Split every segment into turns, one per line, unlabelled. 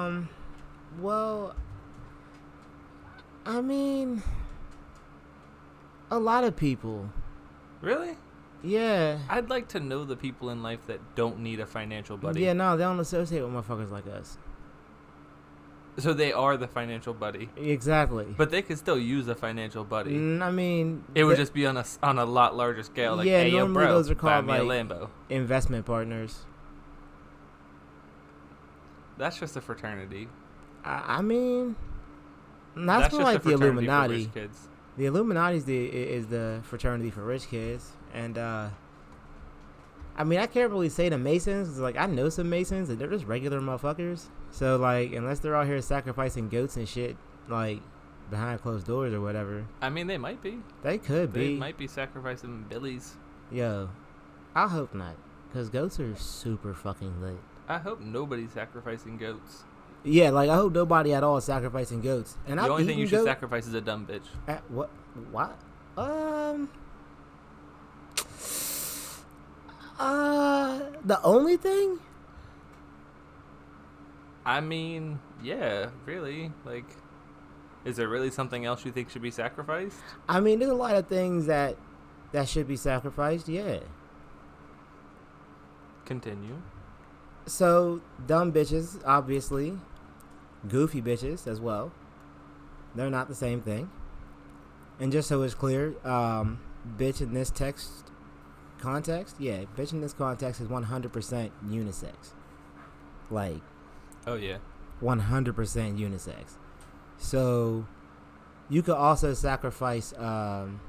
Um, I mean, a lot of people.
Really?
Yeah.
I'd like to know the people in life that don't need a financial buddy.
Yeah, no, they don't associate with motherfuckers like us.
So they are the financial buddy,
Exactly.
but they could still use a financial buddy.
Mm, I mean,
It would
the
just be on a s- on a lot larger scale. Like,
Yeah,
hey, yo,
normally
bro,
those are
buy
called,
me a
like-
Lambo.
investment partners.
That's just a fraternity.
I, I mean, that's, more
just a
like the
fraternity for
Illuminati.
rich kids.
The Illuminati's the i- is the fraternity for rich kids, and uh, I mean I can't really say the Masons. 'cause, Like I know some Masons, and they're just regular motherfuckers. So like unless they're out here sacrificing goats and shit, like behind closed doors or whatever,
I mean, they might be.
they could
They
be.
might be sacrificing billies.
Yo, I hope not, cause goats are super fucking lit.
I hope nobody's sacrificing goats.
Yeah, like I hope nobody at all is sacrificing goats. And
The
I've
only thing
eaten
you should
goat-
sacrifice is a dumb bitch.
At what? What? Um. Uh, the only thing?
I mean, yeah, really. Like, is there really something else you think should be sacrificed?
I mean, there's a lot of things that that should be sacrificed. Yeah.
Continue.
So dumb bitches, obviously. Goofy bitches as well. They're not the same thing. And just so it's clear, um, bitch in this text context, yeah, bitch in this context is 100% unisex. Like.
Oh yeah.
100% unisex. So you could also sacrifice um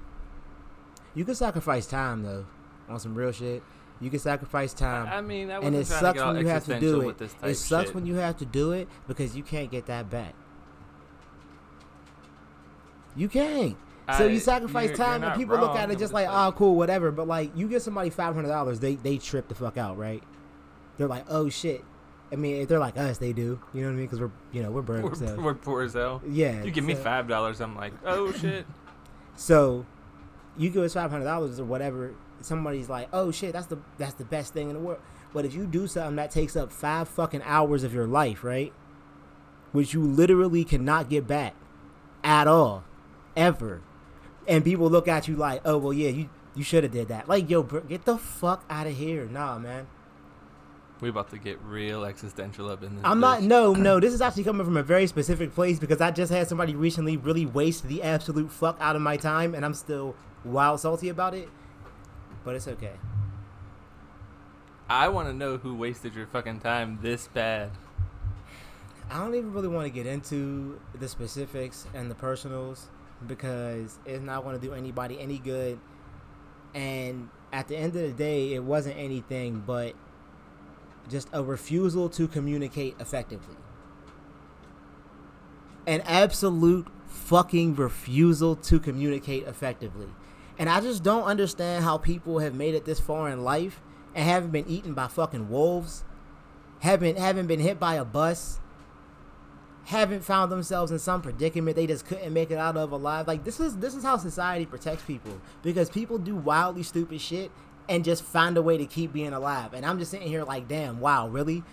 you could sacrifice time though on some real shit. You could sacrifice time.
I mean, I
Um, and it
wasn't trying
sucks
to get all
when you have to
existential
do
with
it.
this type
It sucks
shit.
when you have to do it because you can't get that back. You can't. So
I-
you sacrifice
you're- you're
time and
not
people look at
wrong,
it just
but
like,
it's
oh, cool, whatever. But like, you give somebody five hundred dollars, they they trip the fuck out, right? They're like, oh shit. I mean, if they're like us, they do. You know what I mean? Because we're you know we're broke.
we're,
so.
we're poor as hell.
yeah.
You give me
so-
five dollars, I'm like, oh shit.
So you give us five hundred dollars or whatever. Somebody's like, oh shit, that's the that's the best thing in the world. But if you do something that takes up five fucking hours of your life, right? Which you literally cannot get back at all, ever. And people look at you like, oh well, yeah, you you should have did that. Like, yo, bro, get the fuck out of here, nah, man.
We about to get real existential up in this.
I'm not.
bitch.
No, no. This is actually coming from a very specific place because I just had somebody recently really waste the absolute fuck out of my time, and I'm still wild salty about it. But it's okay.
I want to know who wasted your fucking time this bad.
I don't even really want to get into the specifics and the personals because it's not going to do anybody any good. And at the end of the day, it wasn't anything but just a refusal to communicate effectively. An absolute fucking refusal to communicate effectively. And I just don't understand how people have made it this far in life and haven't been eaten by fucking wolves, haven't haven't been hit by a bus, haven't found themselves in some predicament they just couldn't make it out of alive. Like this is this is how society protects people because people do wildly stupid shit and just find a way to keep being alive. And I'm just sitting here like, damn, wow, really?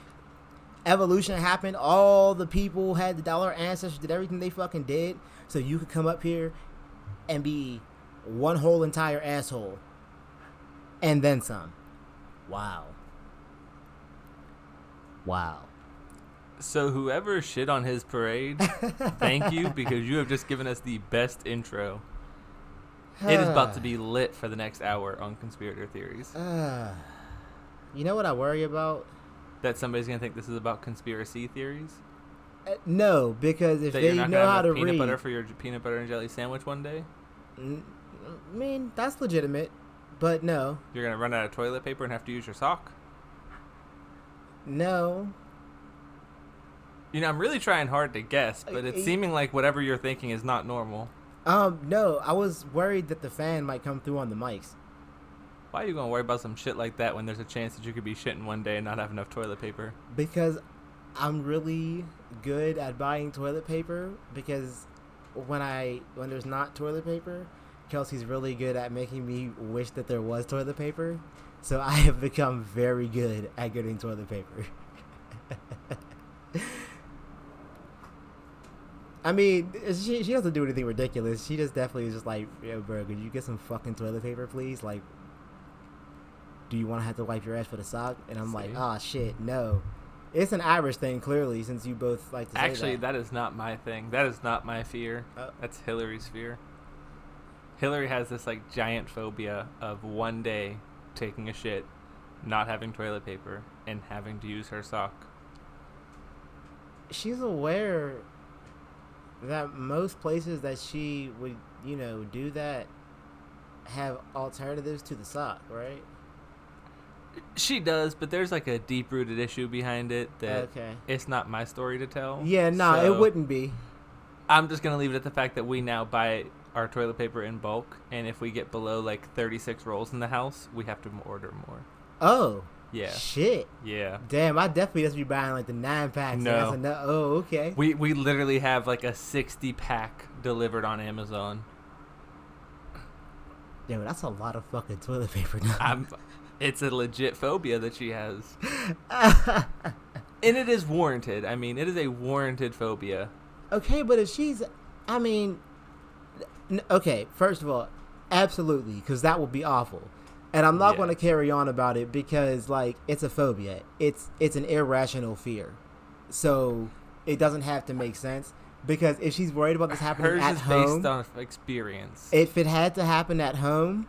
Evolution happened. All the people had the dollar ancestors did everything they fucking did, so you could come up here and be one whole entire asshole, and then some. Wow. Wow.
So whoever shit on his parade, thank you because you have just given us the best intro. It is about to be lit for the next hour on conspirator theories.
Uh, you know what I worry about?
That somebody's gonna think this is about conspiracy theories.
Uh, no, because if
That
they
you're not
know
gonna
how
have
to
enough peanut
read,
butter for your j- peanut butter and jelly sandwich one day.
N- I mean that's legitimate. But no,
You're gonna run out of toilet paper and have to use your sock.
no,
You know, I'm really trying hard to guess, but
I-
it's seeming like whatever you're thinking is not normal.
um, no. I was worried that the fan might come through on the mics.
Why are you gonna worry about some shit like that when there's a chance that you could be shitting one day and not have enough toilet paper?
because I'm really good at buying toilet paper because when I when there's not toilet paper, Kelsey's really good at making me wish that there was toilet paper. So I have become very good at getting toilet paper. I mean, she, she doesn't do anything ridiculous. She just definitely is just like, yo, bro, could you get some fucking toilet paper, please? Like, do you want to have to wipe your ass with a sock? And I'm like,
See?
oh, shit, no. It's an Irish thing, clearly, since you both like to say
Actually,
that.
that is not my thing. That is not my fear.
Oh.
That's Hillary's fear. Hillary has this like giant phobia of one day taking a shit, not having toilet paper, and having to use her sock.
she's aware that most places that she would, you know, do that have alternatives to the sock, right?
She does, but there's like a deep rooted issue behind it that
Okay.
it's not my story to tell.
Yeah, no,
Oh, So
it wouldn't be.
I'm just gonna leave it at the fact that we now buy our toilet paper in bulk, and if we get below like 36 rolls in the house, we have to m- order more.
Oh,
Yeah,
shit.
yeah.
Damn, I definitely just be buying like the nine packs.
No.
That's enough. Oh, okay.
We we literally have like a 60 pack delivered on Amazon.
Damn, that's a lot of fucking toilet paper. now.
I'm, it's a legit phobia that she has, and it is warranted. I mean, it is a warranted phobia.
okay, but if she's, I mean, n- okay. First of all, absolutely, because that would be awful, and I'm not
Yeah.
going to carry on about it because like it's a phobia. It's it's an irrational fear, so it doesn't have to make sense. Because if she's worried about this happening
Hers
at
is
home,
based on experience.
if it had to happen at home,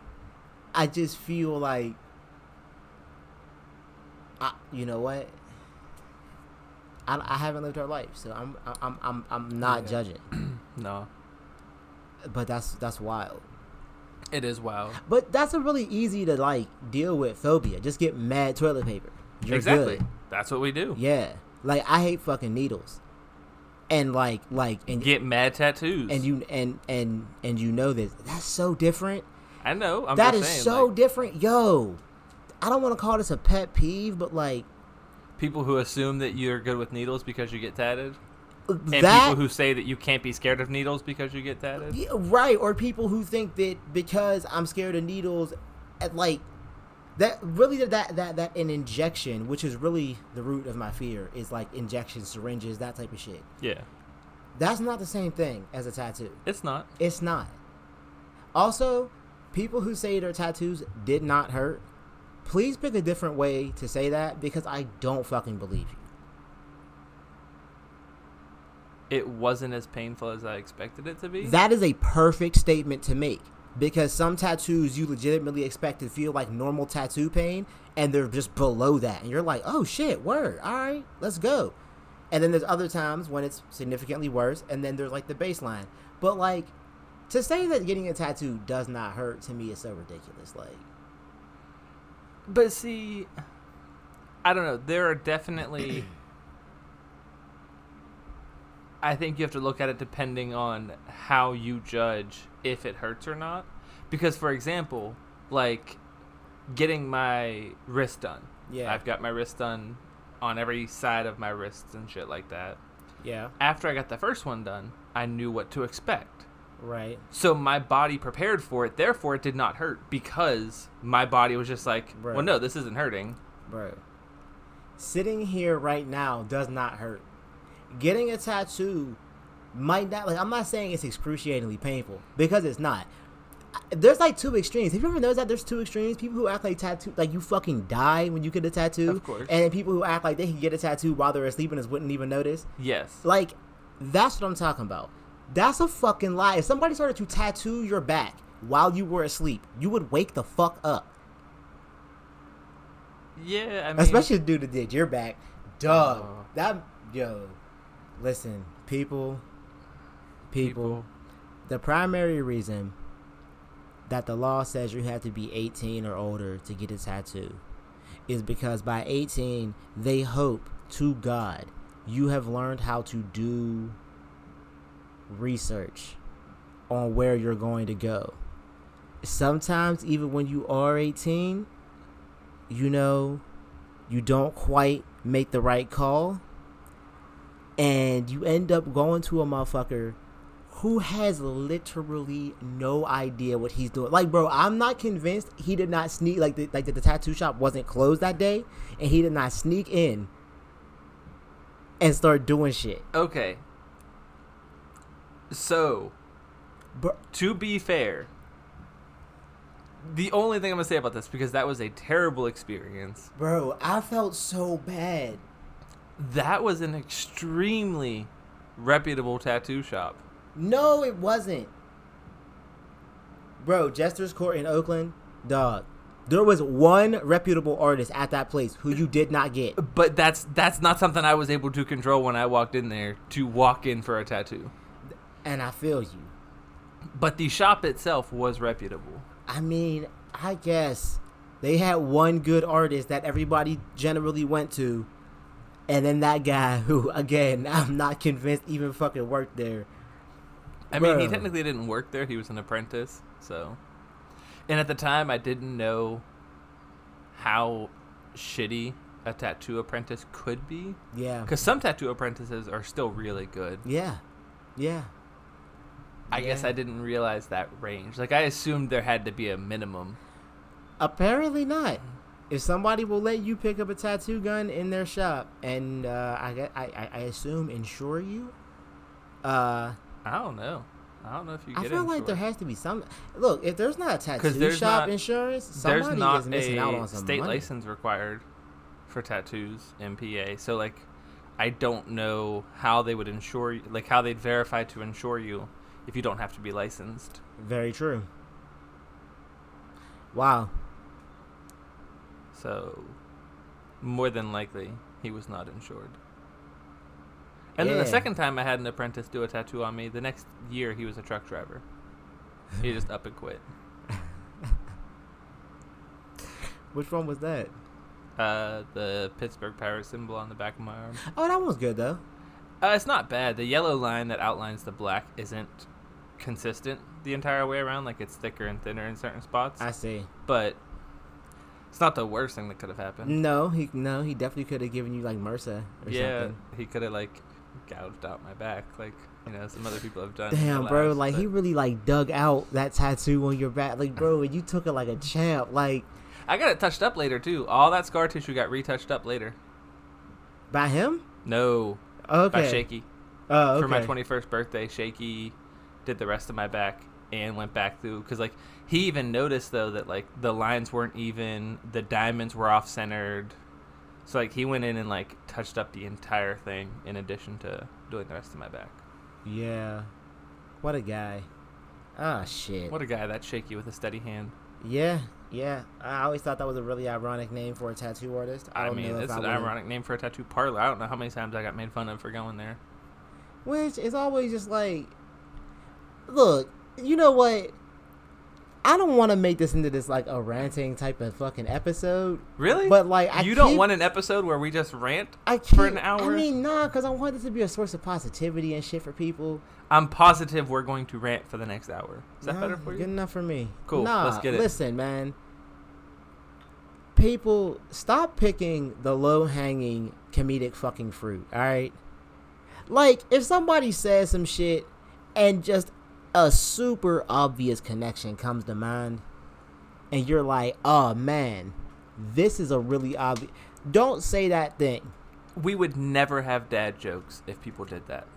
I just feel like, I, you know what? I, I haven't lived her life, so I'm I'm I'm I'm not
Yeah.
judging.
no,
But that's that's wild.
it is wild.
But that's a really easy to like deal with phobia. Just get mad toilet paper. You're
exactly.
good.
That's what we do.
Yeah. Like I hate fucking needles, and like like and
Get mad tattoos.
and you and and and you know this. That's so different.
I know. I'm
That
just
is
saying,
so
like,
different. Yo, I don't want to call this a pet peeve, but like
people who assume that you're good with needles because you get tatted, and
that.
people who say that you can't be scared of needles because you get tatted.
Yeah, right, or people who think that because I'm scared of needles, at like that really that- that that that an injection, which is really the root of my fear, is like injections, syringes, that type of shit.
Yeah,
That's not the same thing as a tattoo.
it's not.
It's not. Also, people who say their tattoos did not hurt, please pick a different way to say that because I don't fucking believe you.
It wasn't as painful as I expected it to be.
That is a perfect statement to make because some tattoos you legitimately expect to feel like normal tattoo pain and they're just below that. And you're like, oh shit, word. All right, let's go. And then there's other times when it's significantly worse and then there's like the baseline. But like to say that getting a tattoo does not hurt to me is so ridiculous. Like,
But see, I don't know. There are definitely. I think you have to look at it depending on how you judge if it hurts or not. Because, for example, like getting my wrist done.
Yeah.
I've got my wrist done on every side of my wrists and shit like that.
yeah,
After I got the first one done, I knew what to expect.
right,
So my body prepared for it, therefore it did not hurt because my body was just like, well,
Right.
no, this isn't hurting.
bro. Sitting here right now does not hurt. Getting a tattoo might not, like, I'm not saying it's excruciatingly painful because it's not. I- There's like two extremes. Have you ever noticed that there's two extremes? People who act like tattoo, like you fucking die when you get a tattoo,
Of course.
and then people who act like they can get a tattoo while they're asleep and just wouldn't even notice.
Yes.
Like, that's what I'm talking about. That's a fucking lie. If somebody started to tattoo your back while you were asleep, you would wake the fuck up.
Yeah, I mean,
Especially the dude that did your back. Dog.
Oh.
That yo. Listen, people, people,
people.
The primary reason that the law says you have to be 18 or older to get a tattoo is because by 18 they hope to God you have learned how to do research on where you're going to go. Sometimes even when you are 18, you know, you don't quite make the right call and you end up going to a motherfucker who has literally no idea what he's doing. Like, bro, I'm not convinced he did not sneak like the, like the, the tattoo shop wasn't closed that day, and he did not sneak in and start doing shit.
Okay. So,
Bru-
to be fair, the only thing I'm gonna say about this because that was a terrible experience.
Bro, I felt so bad.
That was an extremely reputable tattoo shop.
No, it wasn't. Bro, Jester's Court in Oakland, dog. There was one reputable artist at that place who you did not get.
But that's that's not something I was able to control when I walked in there to walk in for a tattoo.
And I feel you.
But the shop itself was reputable.
I mean, I guess they had one good artist that everybody generally went to, and then that guy who, again, I'm not convinced even fucking worked there.
I mean, he
Bro.
technically didn't work there. He was an apprentice, so. And at the time, I didn't know how shitty a tattoo apprentice could be.
Yeah.
Because some tattoo apprentices are still really good.
Yeah. Yeah.
I guess
Yeah.
I didn't realize that range. Like, I assumed there had to be a minimum.
Apparently not. If somebody will let you pick up a tattoo gun in their shop and uh, I, gue- I, I- I assume insure you, uh,
I don't know. I don't know if you get
I
it.
feel like there has to be some. Look, if there's not a tattoo
there's
shop
not-
insurance,
There's
somebody
not
is missing
a
out on some
state
money.
license required for tattoos in PA. So, like, I don't know how they would insure, y- like, how they'd verify to insure you if you don't have to be licensed.
Very true. Wow.
So, more than likely, he was not insured. And then the
Yeah.
second time I had an apprentice do a tattoo on me, the next year he was a truck driver. He just up and quit.
Which one was that?
Uh, the Pittsburgh Pirate symbol on the back of my arm.
Oh, that one's good though.
Uh, it's not bad. The yellow line that outlines the black isn't consistent the entire way around. Like it's thicker and thinner in certain spots.
I see.
but it's not the worst thing that could have happened.
No, he no, he definitely could have given you like MRSA or
yeah,
something.
he could have like gouged out my back, like you know some other people have done. in
Damn,
their
bro,
lives,
like he
but
really like dug out that tattoo on your back, like bro, and you took it like a champ. Like
I got it touched up later too. All that scar tissue got retouched up later.
by him?
No,
Okay.
by Shaky
Oh, okay.
for my twenty first birthday. Shaky did the rest of my back and went back through because like he even noticed though that like the lines weren't even, the diamonds were off centered. So like he went in and like touched up the entire thing in addition to doing the rest of my back.
Yeah. What a guy. Ah, shit.
What a guy! That's shaky with a steady hand.
yeah, yeah. I always thought that was a really ironic name for a tattoo artist. I,
I,
don't
mean,
know if
it's
I
an
would've-
ironic name for a tattoo parlor. I don't know how many times I got made fun of for going there.
Which is always just like, look, you know what? I don't want to make this into this like a ranting type of fucking episode,
Really?
but like I
you don't
keep-
want an episode where we just rant
I
for an
keep-
hour?
I mean, nah, because I want this to be a source of positivity and shit for people.
I'm positive we're going to rant for the next hour. Is that
Nah,
better for you?
Good enough for me.
Cool,
Nah,
let's get it.
Listen, man. People, stop picking the low hanging comedic fucking fruit, alright? Like, if somebody says some shit and just a super obvious connection comes to mind, and you're like, oh man, this is a really obvious. Don't say that thing.
We would never have dad jokes if people did that.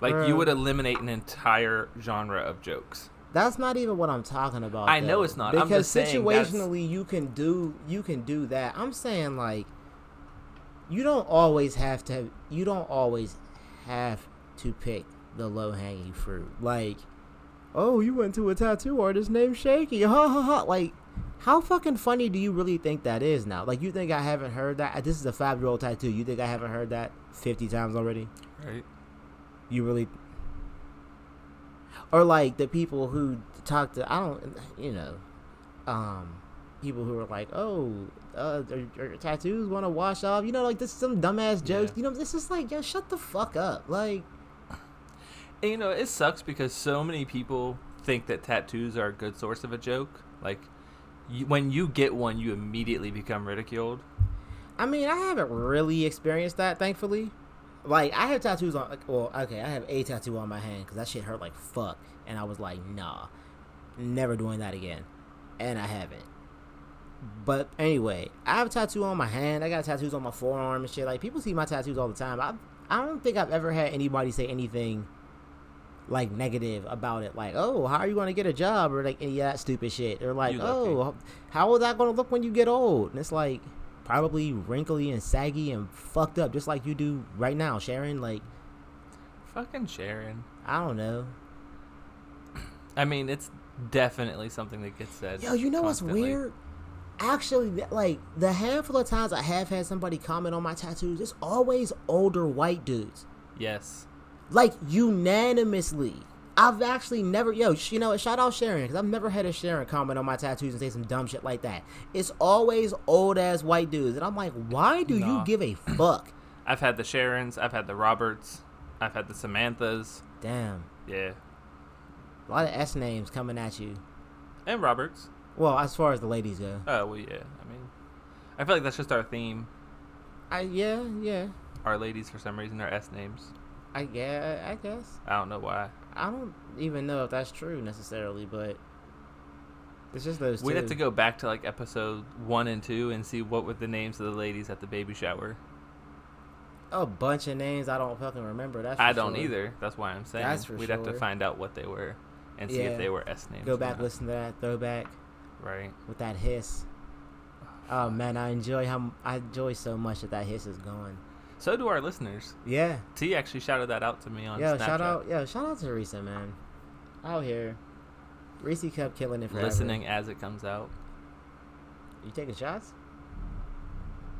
Like
Bruh.
you would eliminate an entire genre of jokes.
That's not even what I'm talking about.
I know
though,
it's not. I'm
because
just saying that's-
situationally you can do you can do that. I'm saying like you don't always have to. You don't always have to pick the low hanging fruit. Like, oh, you went to a tattoo artist named Shaky. Ha ha ha. Like, how fucking funny do you really think that is now? Like, you think I haven't heard that? This is a five year old tattoo. You think I haven't heard that fifty times already?
Right.
you really or like the people who talk to i don't you know um people who are like oh uh are, are your tattoos want to wash off you know like this is some dumbass jokes
Yeah.
you know this is like yo shut the fuck up like
And, you know, it sucks because so many people think that tattoos are a good source of a joke. Like, you, when you get one, you immediately become ridiculed.
i mean i haven't really experienced that thankfully like i have tattoos on like, well okay i have a tattoo on my hand because that shit hurt like fuck and i was like nah never doing that again and i haven't But anyway, I have a tattoo on my hand. I got tattoos on my forearm and shit. Like people see my tattoos all the time. I I don't think I've ever had anybody say anything like negative about it, like, oh, how are you going to get a job or like any of that stupid shit, or like,
You lucky.
oh, how is that going to look when you get old? And it's like probably wrinkly and saggy and fucked up, just like you do right now, Sharon. Like,
Fucking Sharon.
I don't know.
I mean, it's definitely something that gets said.
Yo, you know what's
constantly.
weird? Actually, th- like the handful of times I have had somebody comment on my tattoos, it's always older white dudes.
Yes.
like unanimously. I've actually never, yo, sh- you know, what, shout out Sharon because I've never had a Sharon comment on my tattoos and say some dumb shit like that. It's always old ass white dudes, and I'm like, why do
Nah.
you give a fuck?
I've had the Sharons. I've had the Roberts. I've had the Samanthas.
Damn,
Yeah.
a lot of S names coming at you.
And Roberts.
Well, as far as the ladies go,
Oh, well, yeah. I mean, I feel like that's just our theme.
I yeah, yeah,
Our ladies, for some reason, are S names.
I yeah, I guess
I don't know why.
I don't even know if that's true necessarily, but it's just those.
We'd
two.
have to go back to like episode one and two and see what were the names of the ladies at the baby shower.
a bunch of names I don't fucking remember. That's for
I don't
sure.
either. That's why I'm saying
That's for
we'd have to
sure.
find out what they were and see
Yeah.
if they were S names.
Go
or
back,
not.
listen to that throwback.
Right.
with that hiss. Oh man, I enjoy how I enjoy so much that that hiss is going.
So do our listeners.
Yeah,
T actually shouted that out to me on
yo,
Snapchat.
shout out, yo, shout out to Teresa, man, out here. Reese kept killing it forever.
Listening as it comes out.
You taking shots?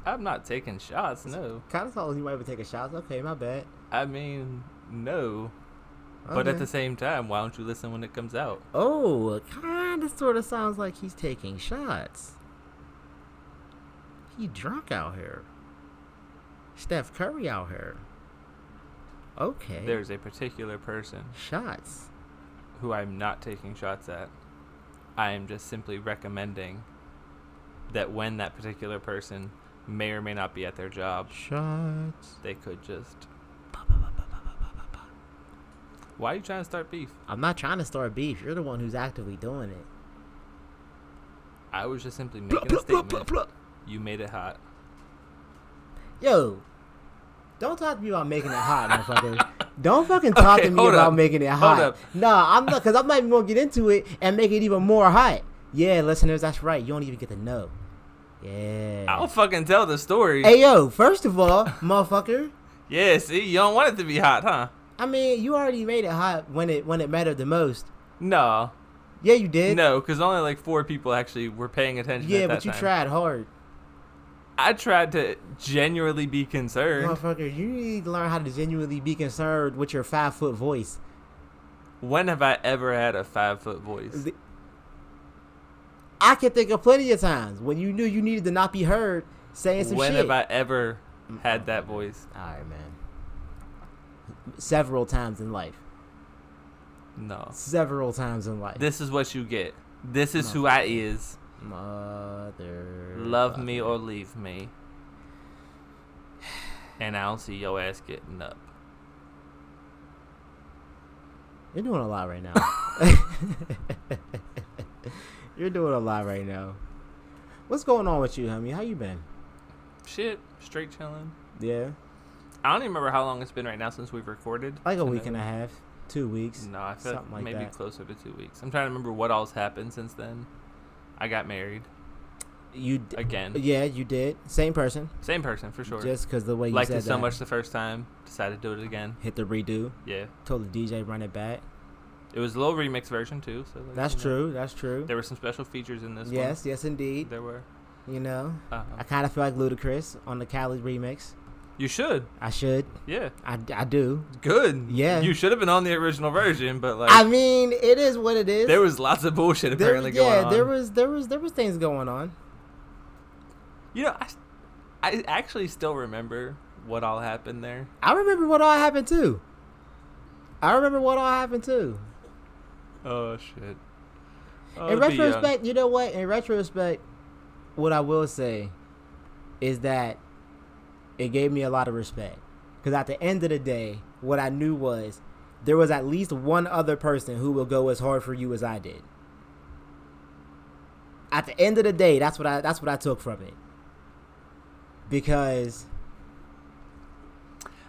I'm not taking shots. No.
Kind of thought you might be taking shots. Okay, my bad.
I mean, no. But at
Okay.
the same time, why don't you listen when it comes out?
oh, it kind of sort of sounds like he's taking shots. He drunk out here. Steph Curry out here. Okay.
There's a particular person
shots.
who I'm not taking shots at. I am just simply recommending that when that particular person may or may not be at their job,
Shots.
they could just. Why are you trying to start beef?
I'm not trying to start beef. You're the one who's actively doing it.
I was just simply making a statement. You made it hot.
Yo, don't talk to me about making it hot, motherfucker. Don't fucking talk
Okay,
to me
hold
about
up.
making it
Hold
hot.
up.
Nah, I'm not, cause I'm not even gonna get into it and make it even more hot. Yeah, listeners, that's right. You don't even get to know. Yeah.
I'll fucking tell the story.
Hey yo, first of all, motherfucker.
Yeah, see, you don't want it to be hot, huh?
I mean, you already made it hot when it when it mattered the most.
No,
Yeah, you did.
no, because only like four people actually were paying attention.
Yeah,
at that
but you
time.
tried hard,
I tried to genuinely be concerned.
motherfucker. You need to learn how to genuinely be concerned with your five foot voice.
When have I ever had a five foot voice?
The- I can think of plenty of times when you knew you needed to not be heard saying some
When
shit.
have I ever had that voice?
All right, man. Several times in life.
No.
Several times in life.
This is what you get. This is who I is.
Mother.
Love me or leave me. And I don't see your ass getting up.
You're doing a lot right now. You're doing a lot right now. What's going on with you, homie? How you been?
Shit, straight chilling.
Yeah,
I don't even remember how long it's been right now since we've recorded.
like a
So
week
no-
and a half, two weeks.
No, I feel
something
like
like
maybe
that.
closer to two weeks. I'm trying to remember what all's happened since then. I got married
You d-
again.
yeah, you did. Same person,
Same person for sure.
just because the way you
Liked
said uh,
it so
that.
much the first time, decided to do it again.
Hit the redo.
Yeah,
Told the DJ run it back.
it was a little remix version too. So like,
That's
you know,
true. That's true.
There were some special features in this. one.
Yes, yes, indeed.
there were.
You know,
Uh,
I kind of feel like Ludacris on the Cali remix.
you should.
I should.
Yeah,
I, I do.
good.
Yeah.
you should have been on the original version, but like
I mean, it is what it is.
there was lots of bullshit
There-
apparently
yeah,
going on.
there was there was there was things going on.
You know, I, s- I actually still remember what all happened there.
I remember what all happened too. I remember what all happened too.
Oh shit. Oh,
in
to be young.
retrospect, you know what? In retrospect, what I will say is that it gave me a lot of respect. Because at the end of the day, what I knew was there was at least one other person who will go as hard for you as I did. At the end of the day, that's what I that's what I took from it. Because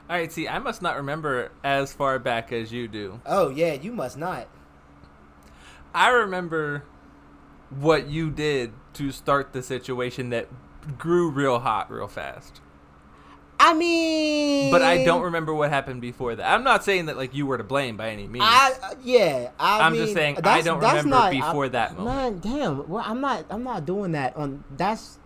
All right, see, I must not remember as far back as you do.
Oh yeah, you must not.
I remember what you did to start the situation that grew real hot real fast.
I mean,
But I don't remember what happened before that. I'm not saying that like you were to blame by any means.
I yeah. I
I'm just
mean,
saying I
that's-
don't
that's
remember
not-
before that
Man,
moment.
damn. Well, I'm not. I'm not doing that on. That's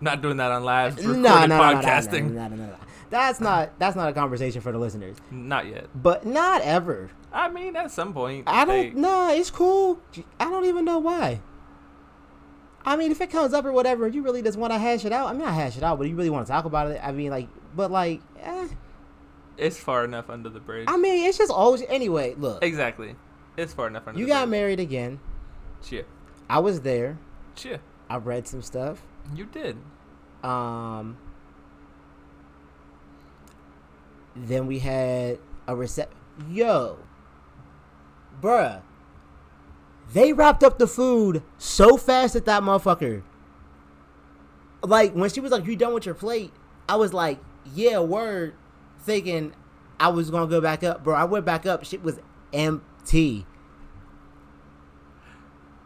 not doing that on live
no,
recorded
no, no, no, no,
podcasting.
no, no, no, no, no. That's not. That's not a conversation for the listeners.
Not yet.
But not ever.
I mean, at some point,
I
they-
don't. Nah, it's cool. I don't even know why. I mean, if it comes up or whatever, you really just want to hash it out. I mean, I hash it out, but you really want to talk about it. I mean, like, but like, eh.
It's far enough under the bridge.
I mean, it's just always anyway. Look,
exactly. It's far enough under.
you
the
got
bridge.
married again.
Cheer,
I was there.
cheer.
I read some stuff.
You did.
Um, then we had a recep. Yo, bruh, they wrapped up the food so fast at that motherfucker. Like when she was like, "You done with your plate?" I was like, "Yeah, word." Thinking I was gonna go back up, bro. I went back up. Shit was empty.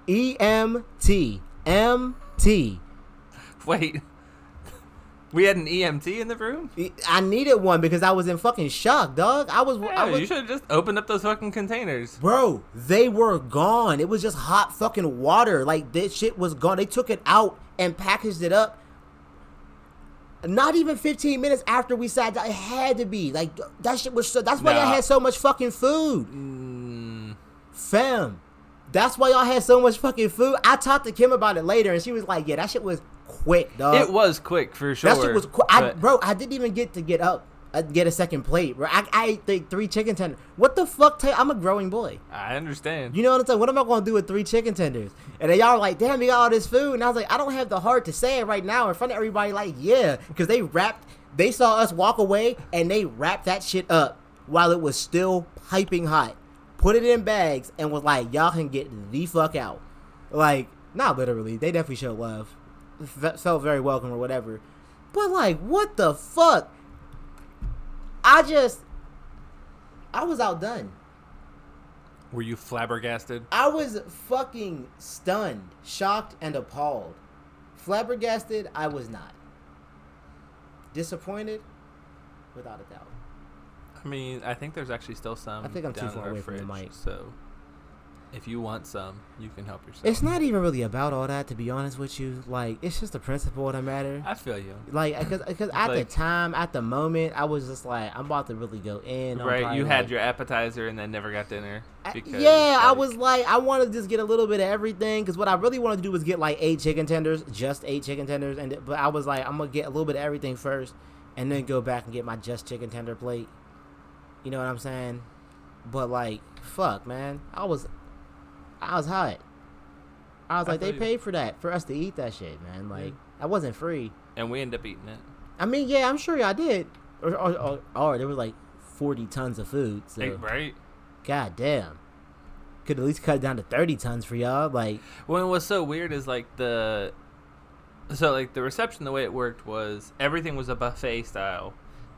E M T M T.
Wait, we had an EMT in the room.
I needed one because I was in fucking shock, dog. I was, I
Yeah,
was
you should have just opened up those fucking containers.
bro. They were gone. It was just hot fucking water. Like this shit was gone. They took it out and packaged it up. Not even 15 minutes after we sat down, it had to be like that. Shit was so. That's why y'all
Nah.
had so much fucking food,
Mm,
fam. That's why y'all had so much fucking food. I talked to Kim about it later, and she was like, "Yeah, that shit was quick, dog."
it was quick for sure.
That shit was cool. I,
but
bro, I didn't even get to get up, uh, get a second plate, bro. I, I ate th- three chicken tenders. What the fuck? i I'm a growing boy.
I understand.
You know what I'm saying? What am I going to do with three chicken tenders? And then y'all were like, damn, you got all this food. And I was like, I don't have the heart to say it right now in front of everybody. Like, yeah, because they wrapped, they saw us walk away and they wrapped that shit up while it was still piping hot, put it in bags, and was like, y'all can get the fuck out. Like, not literally. They definitely showed love. F- felt very welcome or whatever. But, like, what the fuck? I just, I was outdone.
Were you flabbergasted?
I was fucking stunned, shocked, and appalled. Flabbergasted, I was not. Disappointed, without a doubt.
I mean, I think there's actually still some.
I think I'm too
down in
far
our
away from the
fridge,
mic.
So, if you want some, you can help yourself.
It's not even really about all that, to be honest with you. Like, it's just the principle of the matter.
I feel you.
Like, because at
Like-
the time, at the moment, I was just like, I'm about to really go in. on
right,
probably,
you had
like-
your appetizer and then never got dinner.
I-
because,
yeah, I
like,
was like, I want to just get a little bit of everything because what I really wanted to do was get like eight chicken tenders, just eight chicken tenders, and but I was like, I'm gonna get a little bit of everything first, and then go back and get my just chicken tender plate. You know what I'm saying? But like, fuck, man, I was, I was hot. I was
I
like, they
feel you.
paid for that for us to eat that shit, man. Like, that wasn't free.
and we ended up eating it.
I mean, yeah, I'm sure y'all did. Or, or, or, or there was like 40 tons of food. So.
Like, right?
God damn. Could at least cut it down to 30 tons for y'all. Like,
Well, what's so weird is like the, so like the reception, the way it worked was everything was a buffet style,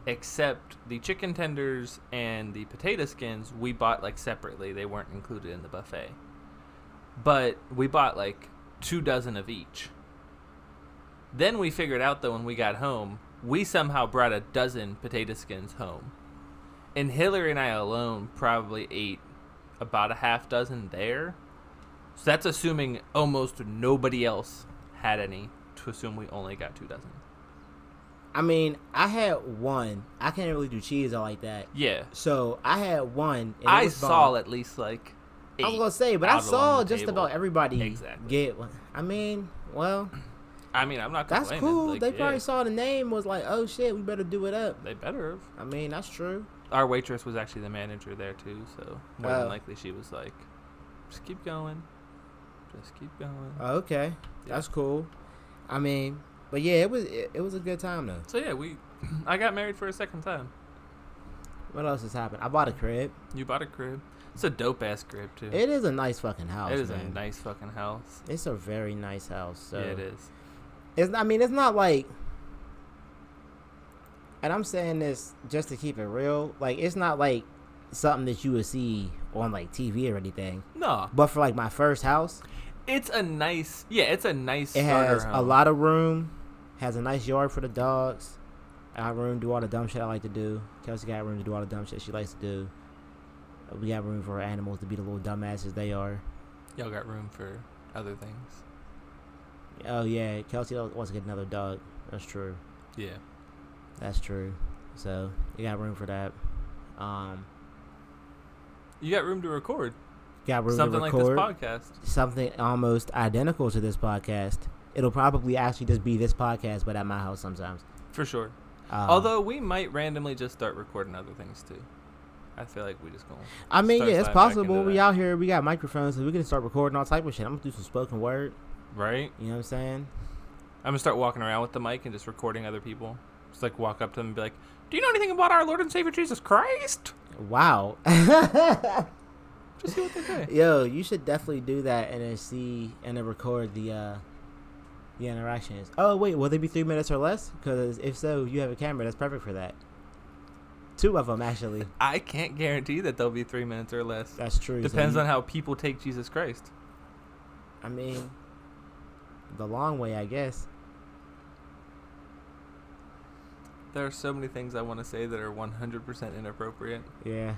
except the chicken tenders and the potato skins we bought like separately. They weren't included in the buffet, but we bought like two dozen of each. Then we figured out though when we got home, we somehow brought a dozen potato skins home, and Hillary and I alone probably ate about a half dozen there. So that's assuming almost nobody else had any. To assume we only got two dozen.
I mean, I had one. I can't really do cheese or like that.
Yeah,
So I had one. And it
I
was bomb.
saw at least like. Eight
I was going to say, but I
out along
saw
the
just
table.
about everybody
Exactly.
get one. I mean, well,
I mean, I'm not.
that's
complaining,
cool.
like,
they
yeah,
probably saw the name was like, oh shit, we better do it up.
They better. Have.
I mean, that's true.
Our waitress was actually the manager there too, so more
Oh.
than likely she was like, "Just keep going, just keep going."
Oh, okay. That's cool. I mean, but yeah, it was it, it was a good time though.
so yeah, we. I got married for a second time.
What else has happened? I bought a crib.
You bought a crib. It's a dope ass crib too.
It is a nice fucking house.
it is
man.
a nice fucking house.
It's a very nice house. So
yeah, it is.
It's. I mean, it's not like and I'm saying this just to keep it real. Like it's not like something that you would see on like TV or anything.
No,
But for like my first house,
it's a nice. Yeah, it's a nice.
it
starter
has a
home.
lot of room, has a nice yard for the dogs. I got room to do all the dumb shit I like to do. Kelsey got room to do all the dumb shit she likes to do. We got room for our animals to be the little dumbasses they are.
Y'all got room for other things.
Oh yeah, Kelsey wants to get another dog. That's true.
Yeah.
That's true. So you got room for that. Um,
You got room to record
got room
something
to
like
record
this podcast.
something almost identical to this podcast. It'll probably actually just be this podcast, but at my house sometimes.
For sure.
Um,
Although we might randomly just start recording other things too. I feel like we just going.
I mean,
start
yeah, it's
sliding back
possible.
into
We
that.
out here, we got microphones, so we can start recording all type of shit. I'm gonna do some spoken word.
Right.
You know what I'm saying?
I'm gonna start walking around with the mic and just recording other people. Just like walk up to them and be like, "Do you know anything about our Lord and Savior Jesus Christ?"
Wow.
Just see what they say.
Yo, you should definitely do that and then see and then record the uh the interactions. Oh wait, will they be three minutes or less? Because if so, you have a camera that's perfect for that. Two of them actually.
I can't guarantee that they'll be three minutes or less.
That's true. So
Depends
you-
on how people take Jesus Christ.
I mean, the long way, I guess.
There are so many things I want to say that are 100% inappropriate.
Yeah.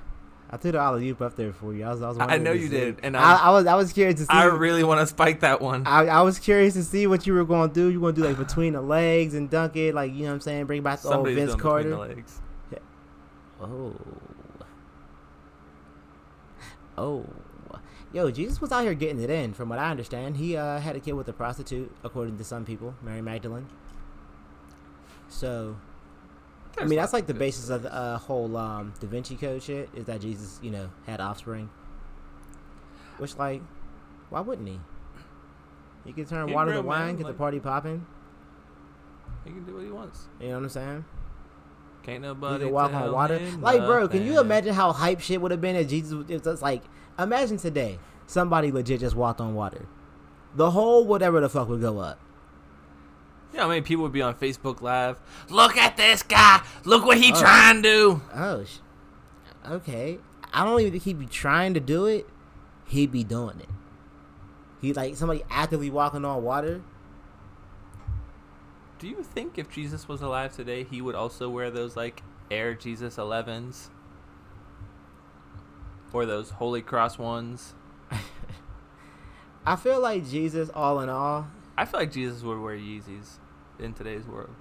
I threw the alley oop up there for you. I was, I was.
I
wondering
know
to
you
see-
did, and
I,
I'm-
I was. I was curious to see.
I really want to spike that one.
I, I was curious to see what you were going to do. You going to do like between the legs and dunk it, like you know what I'm saying? Bring back the old
Somebody's
oh, Vince
doing between
Carter.
The legs.
Oh. Oh. Yo, Jesus was out here getting it in, from what I understand. He uh, had a kid with a prostitute, according to some people, Mary Magdalene. So, I
There's
mean,
lots
that's like the
good
basis of
stories.
the uh, whole um, Da Vinci Code shit, is that Jesus, you know, had offspring. Which, like, why wouldn't he? He could turn
He
water to
real,
wine,
man,
get
like-
the party popping.
He can do what he wants.
You know what I'm saying?
Can't
You
nobody.
can walk on
tell
water.
him
Like, bro, can you
nothing.
imagine how hype shit would have been if Jesus was just like, imagine today somebody legit just walked on water. The whole whatever the fuck would go up.
Yeah, I mean, people would be on Facebook Live. Look at this guy. Look what he
Oh.
trying to.
Oh, sh- okay. I don't even think he'd be trying to do it. He'd be doing it. He like somebody actively walking on water.
Do you think if Jesus was alive today, he would also wear those like Air Jesus 11s or those Holy Cross ones?
I feel like Jesus, all in all,
I feel like Jesus would wear Yeezys in today's world.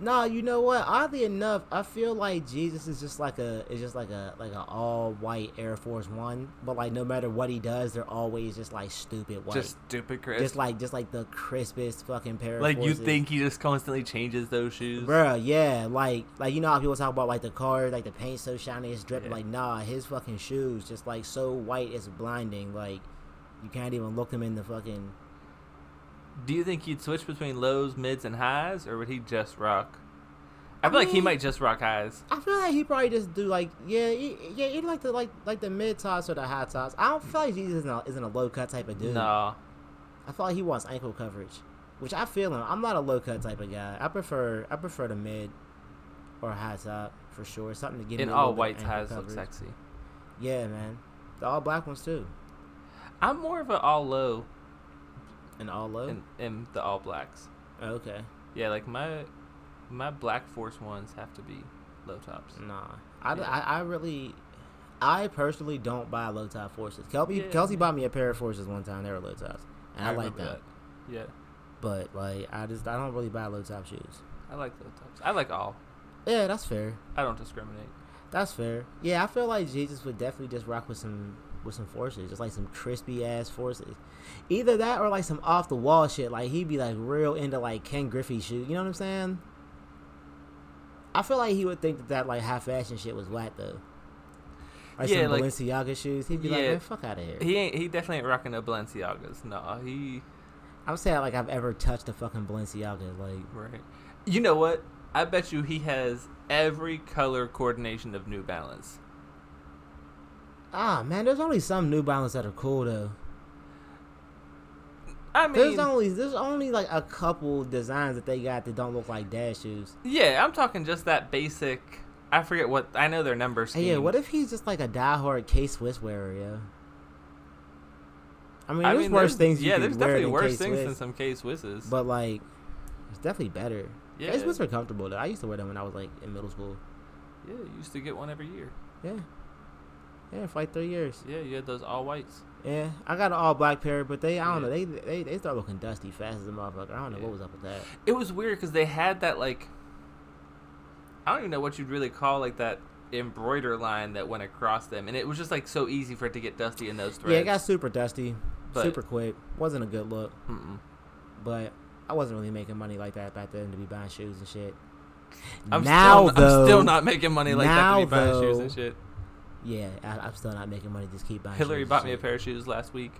Nah, you know what? Oddly enough, I feel like Jesus is just like a is just like a like a all white Air Force One, but like no matter what he does, they're always just like stupid white,
Just
just,
stupid Chris.
like just like the crispest fucking pair. of
like you
Forces.
think he just constantly changes those shoes?
Bruh, yeah, like like you know how people talk about like the car, like the paint so shiny it's dripping.
Yeah.
Like nah, his fucking shoes just like so white it's blinding. Like you can't even look him in the fucking.
Do you think he'd switch between lows, mids, and highs, or would he just rock? I feel like he
mean-
might just rock highs.
I feel like he probably just do like yeah, he, yeah, he like the like like the mid tops or the high tops. I don't feel like Jesus isn't a, isn't a low cut type of dude.
No,
I feel like he wants ankle coverage, which I feel him. I'm not a low cut type of guy. I prefer I prefer the mid or high top for sure. Something to give
in
me a little bit
all
of
white
ankle
highs look
coverage.
sexy.
Yeah, man, the all black ones too,
I'm more of an all low
and all low.
in, in the all blacks.
okay,
Yeah, like my my black force ones have to be low tops.
nah, I,
Yeah.
I, I really. I personally don't buy low top forces. Kelsey,
Yeah.
Kelsey bought me a pair of forces one time. They were low tops, and I, like
remember
them.
that. Yeah,
But like, I just I don't really buy low top shoes.
I like low tops. I like all.
Yeah, that's fair.
I don't discriminate.
That's fair. Yeah, I feel like Jesus would definitely just rock with some with some forces, just like some crispy ass forces. Either that or like some off the wall shit. Like he'd be like real into like Ken Griffey shoes. You know what I'm saying? I feel like he would think that that like high fashion shit was whack though. Like
Yeah,
some
like-
Balenciaga shoes, he'd be like,
Yeah.
"Man, fuck out of here."
He ain't. He definitely ain't rocking the Balenciagas. No, he
I'm saying like I've ever touched a fucking Balenciaga. Like,
right. You know what? I bet you he has every color coordination of New Balance.
ah man, there's only some New Balance that are cool though.
I
There's
mean,
only there's only like a couple designs that they got that don't look like dad shoes.
yeah, I'm talking just that basic. I forget what I know their numbers.
Hey, yeah, what if he's just like a diehard K Swiss wearer, yo? I mean,
I
there's
mean,
worse things. You
Yeah,
could
there's
wear
definitely
than
worse
K-Swiss,
things than some K Swisses.
But like, it's definitely better.
yeah,
K Swiss are comfortable though. I used to wear them when I was like in middle school.
yeah, you used to get one every year.
Yeah, yeah, for like three years.
Yeah, you had those all whites.
Yeah, I got an all black pair, but they I don't
Yeah.
know they they they start looking dusty fast as a motherfucker. I don't know
Yeah.
what was up with that.
It was weird because they had that like. I don't even know what you'd really call like that embroider line that went across them, and it was just like so easy for it to get dusty in those threads.
Yeah, it got super dusty,
But-
super quick. wasn't a good look,
Mm-mm.
but I wasn't really making money like that back then to be buying shoes and shit.
I'm
now
still,
though,
I'm still not making money like that to be
now,
buying shoes
though,
and shit.
Yeah, I, I'm still not making money. Just keep buying.
Hillary
shoes and
bought me a
shit.
pair of shoes last week,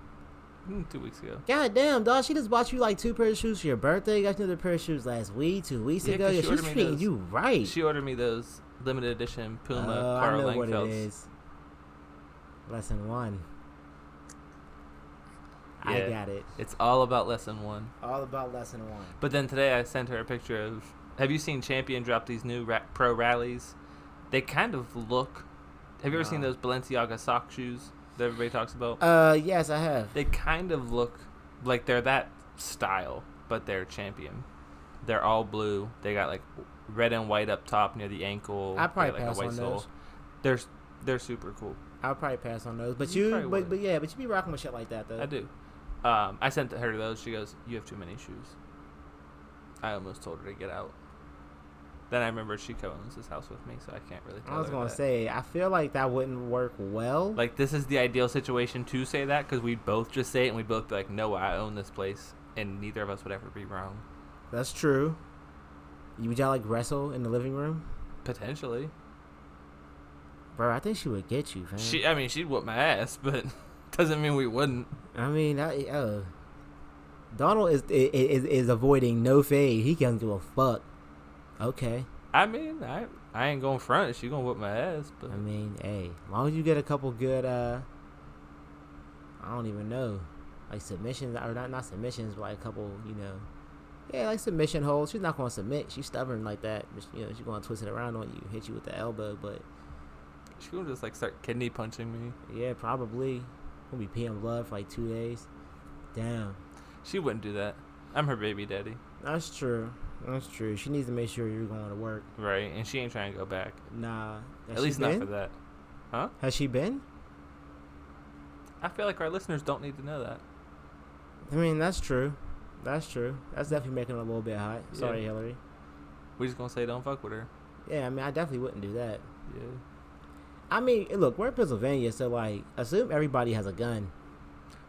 Mm, two weeks ago.
God damn, dog! She just bought you like two pairs of shoes for your birthday. Got you another pair of shoes last week, two weeks
Yeah,
ago.
'cause
Yeah,
she
she's
ordered me
treating
those.
you right.
She ordered me those limited edition Puma
Oh,
Karl
I know what it
Lagerfelds.
is. Lesson one.
Yeah.
I got it.
It's all about lesson one.
All about lesson one.
But then today I sent her a picture of. Have you seen Champion drop these new ra- pro rallies? They kind of look. Have you ever seen
No.
those Balenciaga sock shoes that everybody talks about?
Uh, yes, I have.
they kind of look like they're that style, but they're Champion. They're all blue. They got like red and white up top near the ankle.
I'd
They
probably
got, like,
pass on those.
They're s- they're super cool.
I'll probably pass on those. But
You
you,
probably
but,
would.
but yeah, but you be rocking with shit like that though.
I do. Um, I sent her those. She goes, "You have too many shoes." I almost told her to get out. Then I remember she co-owns this house with me, so I can't really. Tell
I was
her
gonna
that.
say, I feel like that wouldn't work well.
like this is the ideal situation to say that because we'd both just say it and we'd both be like, "No, I own this place," and neither of us would ever be wrong.
That's true. You would y'all like wrestle in the living room,
Potentially,
bro? I think she would get you, fam.
she. I mean, she'd whoop my ass, but doesn't mean we wouldn't.
I mean, I, uh, Donald is, is is is avoiding no fade. He can't give a fuck. Okay.
I mean, I I ain't going front. She gonna whoop my ass, but
I mean, hey, as long as you get a couple good, uh, I don't even know, like submissions or not not submissions, but like a couple, you know, yeah, like submission holds. She's not gonna submit. She's stubborn like that. But, you know, she's gonna twist it around on you, hit you with the elbow. But
she gonna just like start kidney punching me.
yeah, probably gonna be peeing blood for like two days. Damn,
She wouldn't do that. I'm her baby daddy.
that's true. That's true. She needs to make sure you're going to work.
Right, and she ain't trying to go back.
Nah, has
At
she
least
been?
not for that.
Has she been?
I feel like our listeners don't need to know that.
I mean, that's true. That's true. That's definitely making it a little bit hot.
Yeah.
Sorry, Hillary.
We're just gonna say don't fuck with her.
Yeah, I mean, I definitely wouldn't do that.
Yeah.
I mean, look, we're in Pennsylvania, so like, assume everybody has a gun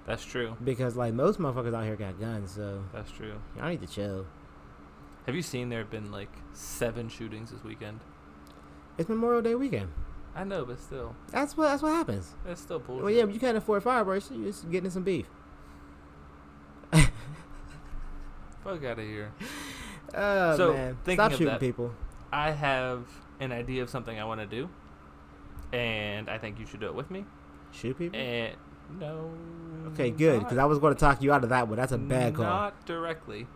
That's true.
because like most motherfuckers out here got guns, so
That's true.
y'all need to chill.
Have you seen there have been like seven shootings this weekend?
It's Memorial Day weekend.
I know, but still.
That's what that's what happens.
That's still bullshit.
Well, yeah, but you can't afford fireworks. You're just getting some beef.
Fuck out of here.
Oh
So,
man,
thinking
stop
of
shooting
that-
people.
I have an idea of something I want to do, and I think you should do it with me.
Shoot people.
And no.
okay, good, because I was going to talk you out of that one. That's a bad call.
Not directly.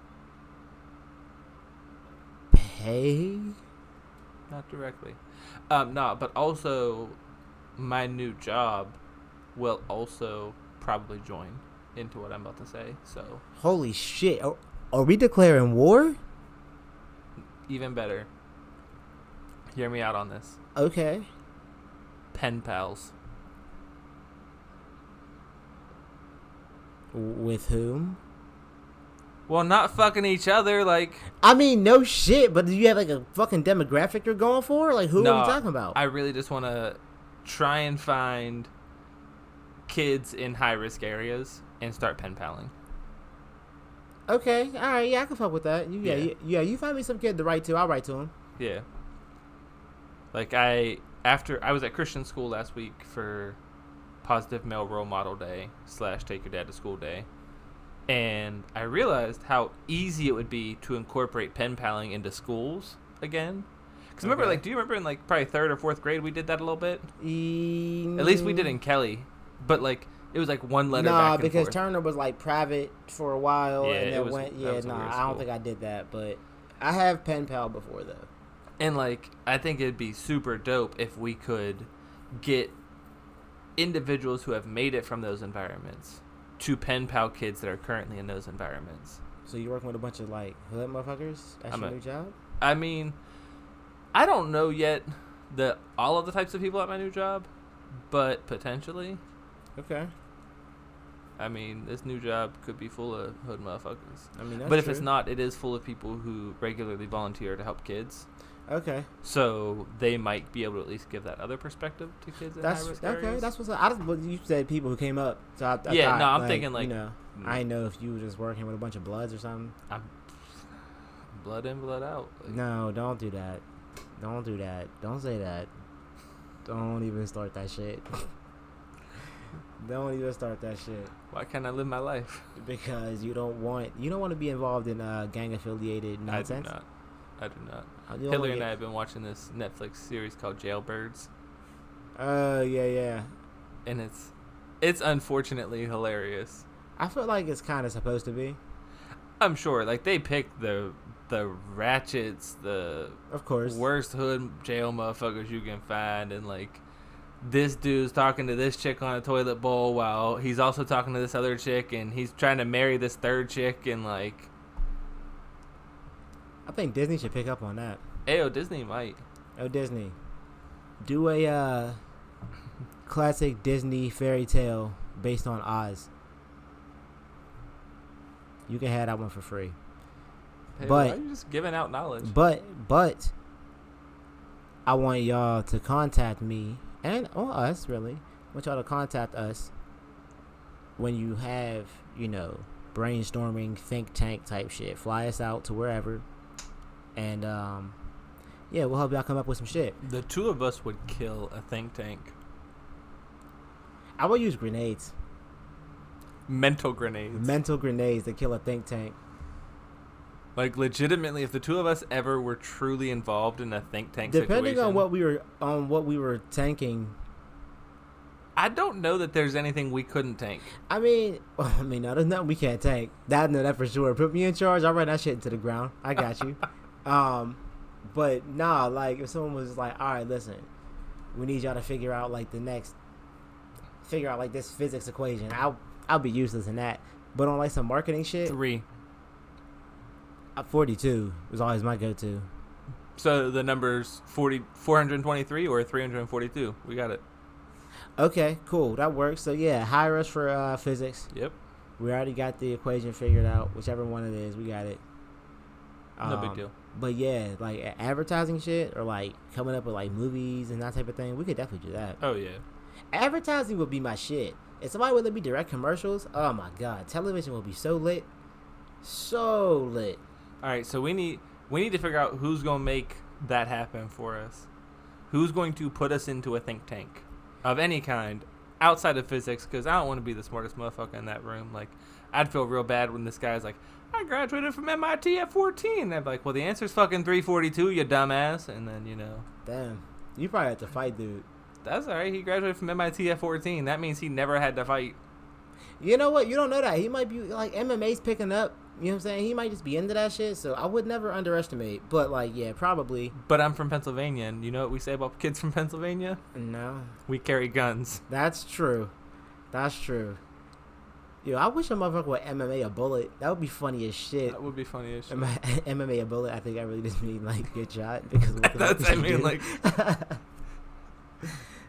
Pay.
Not directly. Um, no, but also, my new job will also probably join into what I'm about to say. So
Holy shit. Are, are we declaring war?
even better. Hear me out on this.
Okay.
Pen pals.
W- With whom?
Well, not fucking each other. Like,
I mean, no shit, but do you have like a fucking demographic you're going for? Like, who are
No,
we talking about?
I really just want to try and find kids in high risk areas and start pen paling.
Okay, all right, yeah, I can fuck with that. You, yeah,
Yeah.
You, yeah, you find me some kid to write to, I'll write to him.
Yeah. Like I after I was at Christian school last week for positive male role model day slash take your dad to school day. And I realized how easy it would be to incorporate pen paling into schools again. Because remember,
Okay.
like, do you remember in like probably third or fourth grade we did that a little bit?
E-
At least we did in Kelly. But like, It was like one letter. back
Nah,
and
because
forth.
Turner was like private for a while,
Yeah, it
and then
was-
went.
that
Yeah,
was a
nah,
weird
I don't
school.
think I did that, but I have pen pal before though.
And like, I think it'd be super dope if we could get individuals who have made it from those environments to pen pal kids that are currently in those environments.
So you're working with a bunch of like hood motherfuckers. That's
I'm
your
a-
new job.
I mean, I don't know yet the all of the types of people at my new job, but potentially,
Okay.
I mean, this new job could be full of hood motherfuckers.
I mean, that's
but if it's
true.
not, it is full of people who regularly volunteer to help kids.
okay,
So they might be able to at least give that other perspective to kids. In
that's
high risk
okay.
Areas.
That's what's up. I just but you said people who came up. So I, I
Yeah,
thought,
no, I'm
like,
thinking, like,
you know, I didn't know if you were just working with a bunch of bloods or something.
I'm blood in, blood out. Like,
No, don't do that. Don't do that. Don't say that. Don't even start that shit. don't even start that shit.
Why can't I live my life?
because you don't want you don't want to be involved in uh, gang affiliated nonsense.
I do not. I do not.
Uh, you don't
Hillary and I
wanna
have been watching this Netflix series called Jailbirds,
get- Uh, yeah, yeah.
and it's it's unfortunately hilarious.
I feel like it's kind of supposed to be,
I'm sure, like they pick the the ratchets, the
of course.
worst hood jail motherfuckers you can find, and like this dude's talking to this chick on a toilet bowl while he's also talking to this other chick, and he's trying to marry this third chick, and like,
I think Disney should pick up on that.
ayo, Disney might.
Oh, Disney, do a uh, classic Disney fairy tale based on Oz. You can have that one for free.
Hey,
But-
why are you just giving out knowledge?
But but I want y'all to contact me and or us really. I want y'all to contact us when you have, you know, brainstorming think tank type shit. Fly us out to wherever. And um yeah, we'll help y'all come up with some shit.
The two of us would kill a think tank.
I will use grenades.
Mental grenades.
Mental grenades to kill a think tank.
like legitimately, if the two of us ever were truly involved in a think tank
Depending
situation,
on what we were on what we were tanking.
I don't know that there's anything we couldn't tank.
I mean, I mean, no, there's nothing we can't tank. That, I know that for sure. Put me in charge, I'll run that shit into the ground. I got you. um, but nah, like if someone was like, all right, listen, we need y'all to figure out like the next, figure out like this physics equation. I'll I'll be useless in that. But on like some marketing shit,
Three.
uh, 42 was always my go-to.
So the numbers 40, 423 or 342. We got it.
Okay, cool, that works. So yeah, hire us for uh, physics.
Yep.
We already got the equation figured out. Whichever one it is, we got it.
No big
Um,
deal.
But yeah, like a- advertising shit or like coming up with like movies and that type of thing, we could definitely do that.
Oh yeah.
Advertising would be my shit. If somebody would let me direct commercials, oh my god, television would be so lit, so lit.
All right. So we need we need to figure out who's gonna make that happen for us. Who's going to put us into a think tank of any kind outside of physics? Because I don't want to be the smartest motherfucker in that room. Like, I'd feel real bad when this guy's like, "I graduated from MIT at 14." I'd be like, "Well, the answer's fucking 342, you dumbass." And then you know.
Damn, you probably have to fight, dude.
That's all right. He graduated from MIT at 14. That means he never had to fight.
You know what? You don't know that he might be like MMA's picking up. You know what I'm saying? He might just be into that shit. So I would never underestimate. But like, yeah, probably
But I'm from Pennsylvania, and you know what we say about kids from Pennsylvania?
no.
We carry guns.
That's true. That's true. Yo, I wish a motherfucker would MMA a bullet. That would be funny as shit.
That would be funny as shit.
M- MMA a bullet. I think I really just mean like good shot because what the
That's,
fuck
I
would you
mean,
do?
like,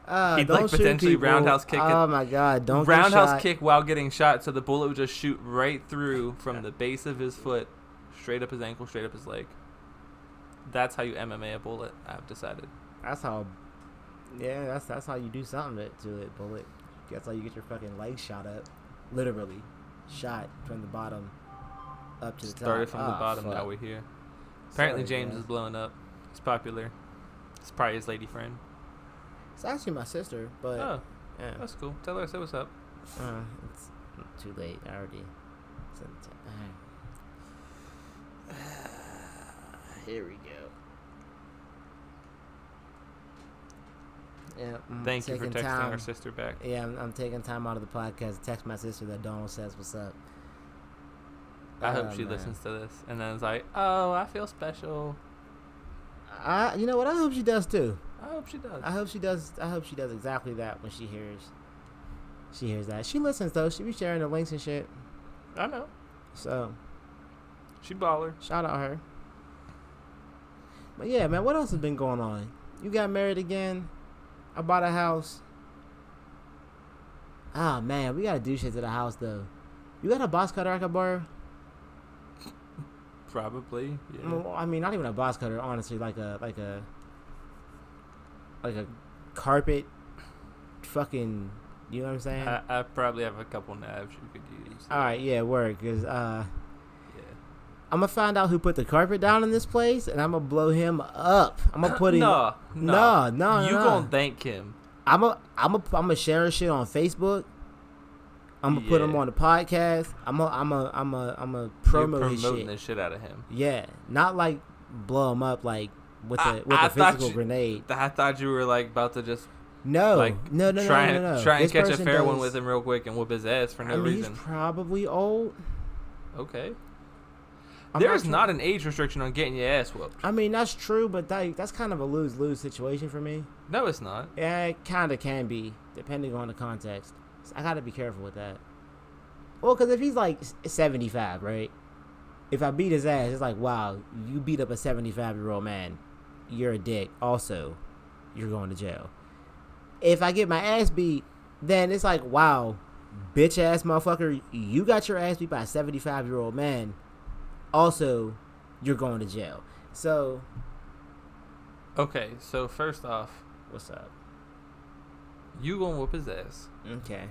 uh,
he'd,
don't
like,
shoot
potentially
people.
roundhouse kick it.
Oh my god! Don't get
roundhouse
shot.
kick while getting shot, so the bullet would just shoot right through from the base of his foot, straight up his ankle, straight up his leg. That's how you MMA a bullet. I've decided.
That's how. Yeah, that's that's how you do something to, to it. Bullet. That's how you get your fucking leg shot up. Literally, shot from the bottom up to the top.
Started from the
Ah,
bottom.
fuck.
Now we're here. Apparently,
Sorry,
James
guys.
is blowing up. It's popular. It's probably his lady friend.
It's actually my sister, but
oh,
yeah.
that's cool. Tell her I said what's up.
Uh, it's too late. I already. it's in t- uh. Here we go. Yeah. mm,
Thank you for
taking
texting
time.
our sister back.
Yeah, I'm, I'm taking time out of the podcast to text my sister that Donald says what's up.
I
Oh,
hope she
man.
listens to this and then is like, oh, I feel special.
I, you know what? I hope she does too.
I hope she does.
I hope she does. I hope she does exactly that when she hears. She hears that. She listens though. She be sharing the links and shit.
I know.
So
She baller.
shout out her. But yeah, man, what else has been going on? You got married again. I bought a house. Ah man, we gotta do shit to the house though. You got a boss cutter I could borrow?
Probably. Yeah.
Well, I mean, not even a boss cutter, honestly. Like a like a like a carpet, fucking. You know what I'm saying?
I, I probably have a couple knives you could use.
All right, yeah, word. Cause uh,
Yeah.
I'm gonna find out who put the carpet down in this place, and I'm gonna blow him up. I'm gonna put him.
No,
no,
no,
no,
You
no.
gonna thank him?
I'm a, I'm a, I'm a share his shit on Facebook. I'm gonna put him
Yeah.
on the podcast. I'm a, I'm a, I'm a, I'm a
You're
promote his
promoting
shit.
the shit out of him.
Yeah, not like blow him up like with
I-
a with
I
a
thought
physical
you-
grenade.
Th- I thought you were like about to just
No,
like
no, no, no,
try
no,
and
no, no.
try and
This
catch a
person
fair one
does-
with him real quick and whoop his ass for no
I mean,
reason.
he's probably old.
okay.
I'm
there is
sure-
not an age restriction on getting your ass whooped.
I mean, that's true, but that, that's kind of a lose lose situation for me.
No, it's not.
Yeah, it kind of Eh, can be, depending on the context. So I gotta be careful with that. Well, because if he's like s- 75, right? If I beat his ass, it's like, wow, you beat up a 75 year old man. You're a dick. Also, you're going to jail. If I get my ass beat, then it's like, wow, bitch ass motherfucker, you got your ass beat by a 75 year old man. Also, you're going to jail. So,
Okay, so first off,
what's up?
you gonna whoop his ass
Okay.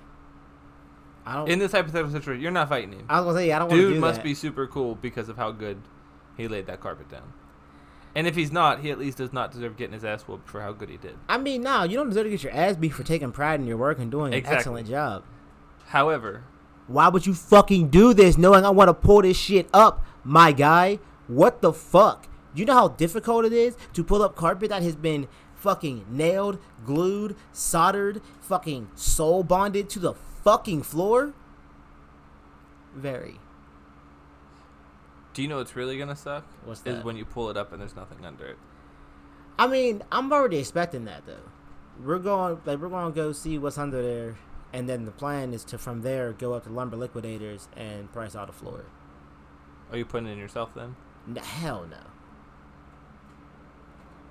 I don't.
in this hypothetical situation. You're not fighting him.
I was gonna say I don't want to
Dude
do
must
that.
be super cool because of how good he laid that carpet down. And if he's not, he at least does not deserve getting his ass whooped for how good he did.
I mean, no, you don't deserve to get your ass beat for taking pride in your work and doing an
Exactly.
excellent job.
However,
Why would you fucking do this knowing I want to pull this shit up, my guy? What the fuck? You know how difficult it is to pull up carpet that has been fucking nailed, glued, soldered, fucking soul bonded to the fucking floor? Very.
do you know what's really gonna suck?
What's
Is
that?
when you pull it up and there's nothing under it.
I mean, I'm already expecting that though. We're going like we're going to go see what's under there, and then the plan is to from there go up to Lumber Liquidators and price out the floor.
Are you putting it in yourself then?
N- hell no.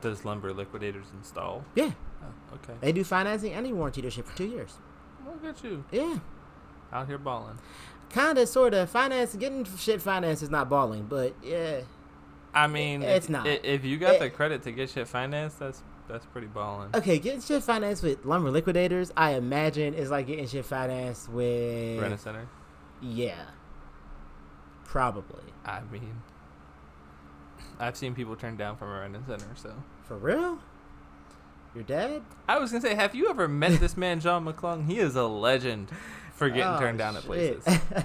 Does Lumber Liquidators install?
Yeah,
Oh, okay.
they do financing and they warranty their shit for two years.
Look at you
Yeah,
out here balling.
kinda, sorta. Finance getting shit financed is not balling, but yeah,
I mean,
it's
if,
not.
i- If you got
It-
the credit to get shit financed, that's that's pretty balling.
okay, getting shit financed with Lumber Liquidators, I imagine is like getting shit financed with
Rent a center.
yeah, probably
I mean, I've seen people turn down from a rent a center. So
for real. Your dad?
I was gonna say, have you ever met this man, John McClung? He is a legend for getting
Oh,
turned down at
shit.
places.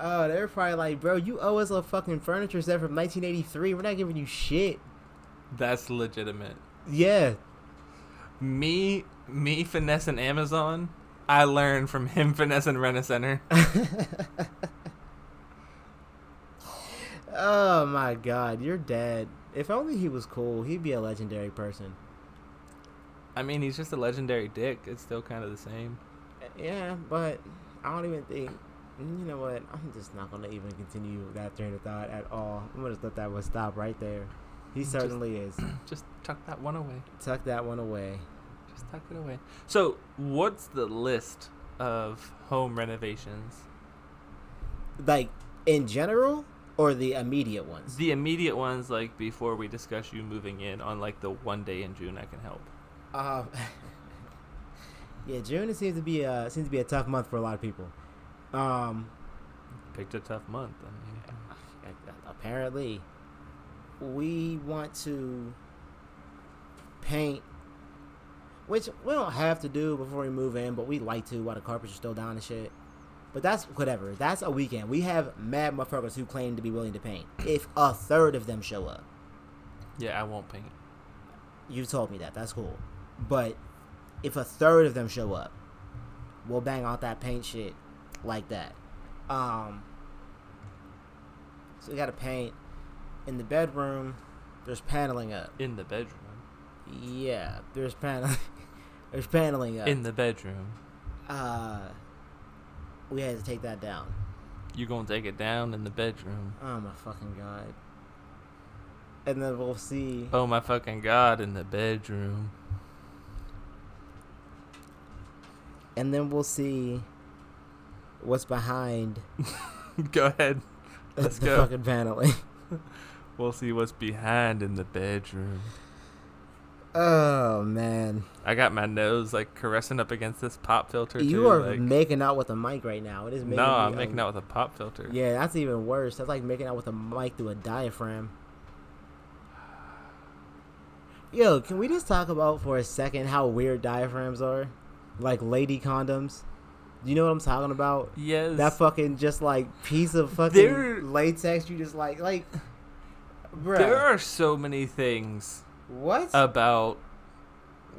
oh, they're probably like, bro, you owe us a fucking furniture set from 1983. We're not giving you shit.
That's legitimate.
Yeah.
Me, me finessing Amazon. I learned from him finessing rent a center.
Oh my god, your dad. If only he was cool, he'd be a legendary person.
I mean, he's just a legendary dick. It's still kind of the same.
Uh, Yeah, but I don't even think. You know what? I'm just not gonna even continue that train of thought at all. I'm gonna just let that one stop right there. He certainly is.
Just tuck that one away.
Tuck that one away.
Just tuck it away. So, what's the list of home renovations?
Like in general, or the immediate ones.
The immediate ones, like before we discuss you moving in on like the one day in June I can help.
Uh, yeah, June it seems to be a seems to be a tough month for a lot of people. Um,
Picked a tough month. I mean,
apparently, we want to paint, which we don't have to do before we move in, but we like to while the carpets are still down and shit. But that's whatever. That's a weekend. We have mad motherfuckers who claim to be willing to paint. If a third of them show up,
yeah, I won't paint.
you told me that. That's cool. But if a third of them show up, we'll bang out that paint shit like that. Um, so we got to paint in the bedroom. There's paneling up.
in the bedroom.
Yeah, there's paneling. there's paneling up.
In the bedroom.
uh, we had to take that down.
You gonna take it down in the bedroom.
Oh my fucking god. And then we'll see.
Oh my fucking god, in the bedroom.
And then we'll see what's behind
Go ahead. Let's
the
go.
fucking paneling.
We'll see what's behind in the bedroom.
Oh man,
I got my nose like caressing up against this pop filter.
you
too,
are
like,
making out with a mic right now. It is making
no,
me,
I'm
um,
making out with a pop filter.
Yeah, that's even worse. That's like making out with a mic through a diaphragm. Yo, can we just talk about for a second how weird diaphragms are? Like lady condoms. Do you know what I'm talking about?
Yes.
That fucking just like piece of fucking
There-
latex you just like like bruh.
there are so many things
what?
about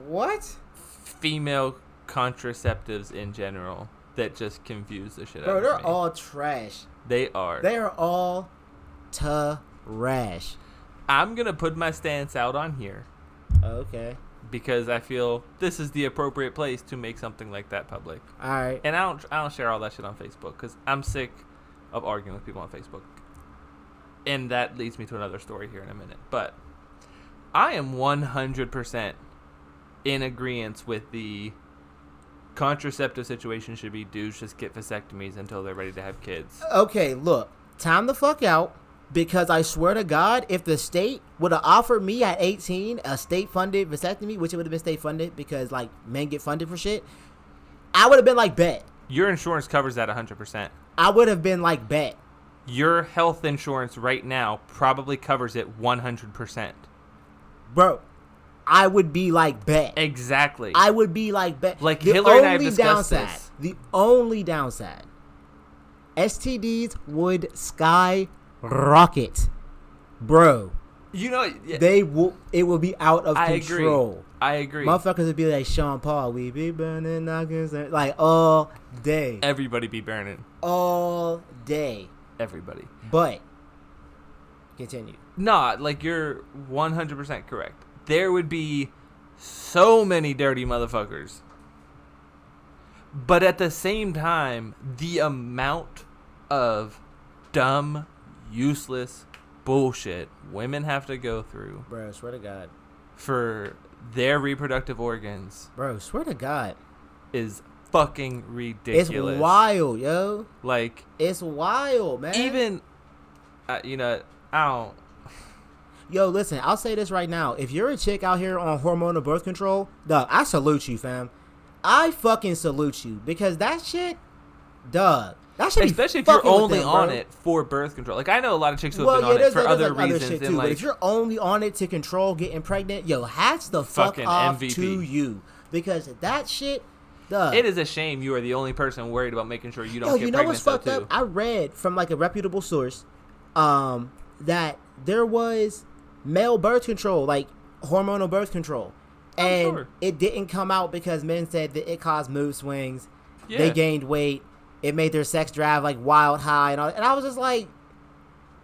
what?
female contraceptives in general that just confuse the shit out
Bro,
of
they're
me.
all trash.
they are.
They are all trash.
I'm gonna put my stance out on here
Okay.
because I feel this is the appropriate place to make something like that public.
All right.
And I don't I don't share all that shit on Facebook because I'm sick of arguing with people on Facebook. And that leads me to another story here in a minute. But I am 100% in agreement with the contraceptive situation should be dudes just get vasectomies until they're ready to have kids.
Okay, look, time the fuck out because I swear to God, if the state would have offered me at 18 a state funded vasectomy, which it would have been state funded because like men get funded for shit, I would have been like, bet.
Your insurance covers that 100%.
I would have been like, bet.
Your health insurance right now probably covers it 100%.
Bro, I would be like, bet.
Exactly.
I would be like, bet.
Like, Hillary and I have discussed
downside,
this.
the only downside, STDs would skyrocket. Bro,
you know, yeah,
they will, it will be out of
I agree.
control.
I agree.
Motherfuckers would be like Sean Paul, we be burning knockers and-" like all day,
Everybody be burning.
all day.
Everybody.
But continue.
Nah, like you're 100% correct. There would be so many dirty motherfuckers. But at the same time, the amount of dumb, useless bullshit women have to go through
Bro, swear to God,
for their reproductive organs
bro, swear to God,
is fucking ridiculous.
it's wild, yo,
Like,
it's wild, man.
even, uh, you know, I don't.
yo, listen, I'll say this right now: if you're a chick out here on hormonal birth control, dog, I salute you, fam. I fucking salute you because that shit, dog, that should
especially
be
if you're
fucking with
only
them,
on
bro.
it for birth control. Like I know a lot of chicks who
well,
have been
yeah,
on it
there's,
for
there's
other
like
reasons
other shit
than
too. but
like
if you're only on it to control getting pregnant, yo, hats the fuck
Fucking
off
MVP.
to you because that shit, the
it is a shame you are the only person worried about making sure you don't
yo,
get
you know what's
pregnant
fucked
though,
up?
too.
I read from like a reputable source, um, that there was male birth control, like hormonal birth control, and
Oh, sure.
it didn't come out because men said that it caused mood swings,
Yeah.
they gained weight, it made their sex drive like wild high, and all. And I was just like,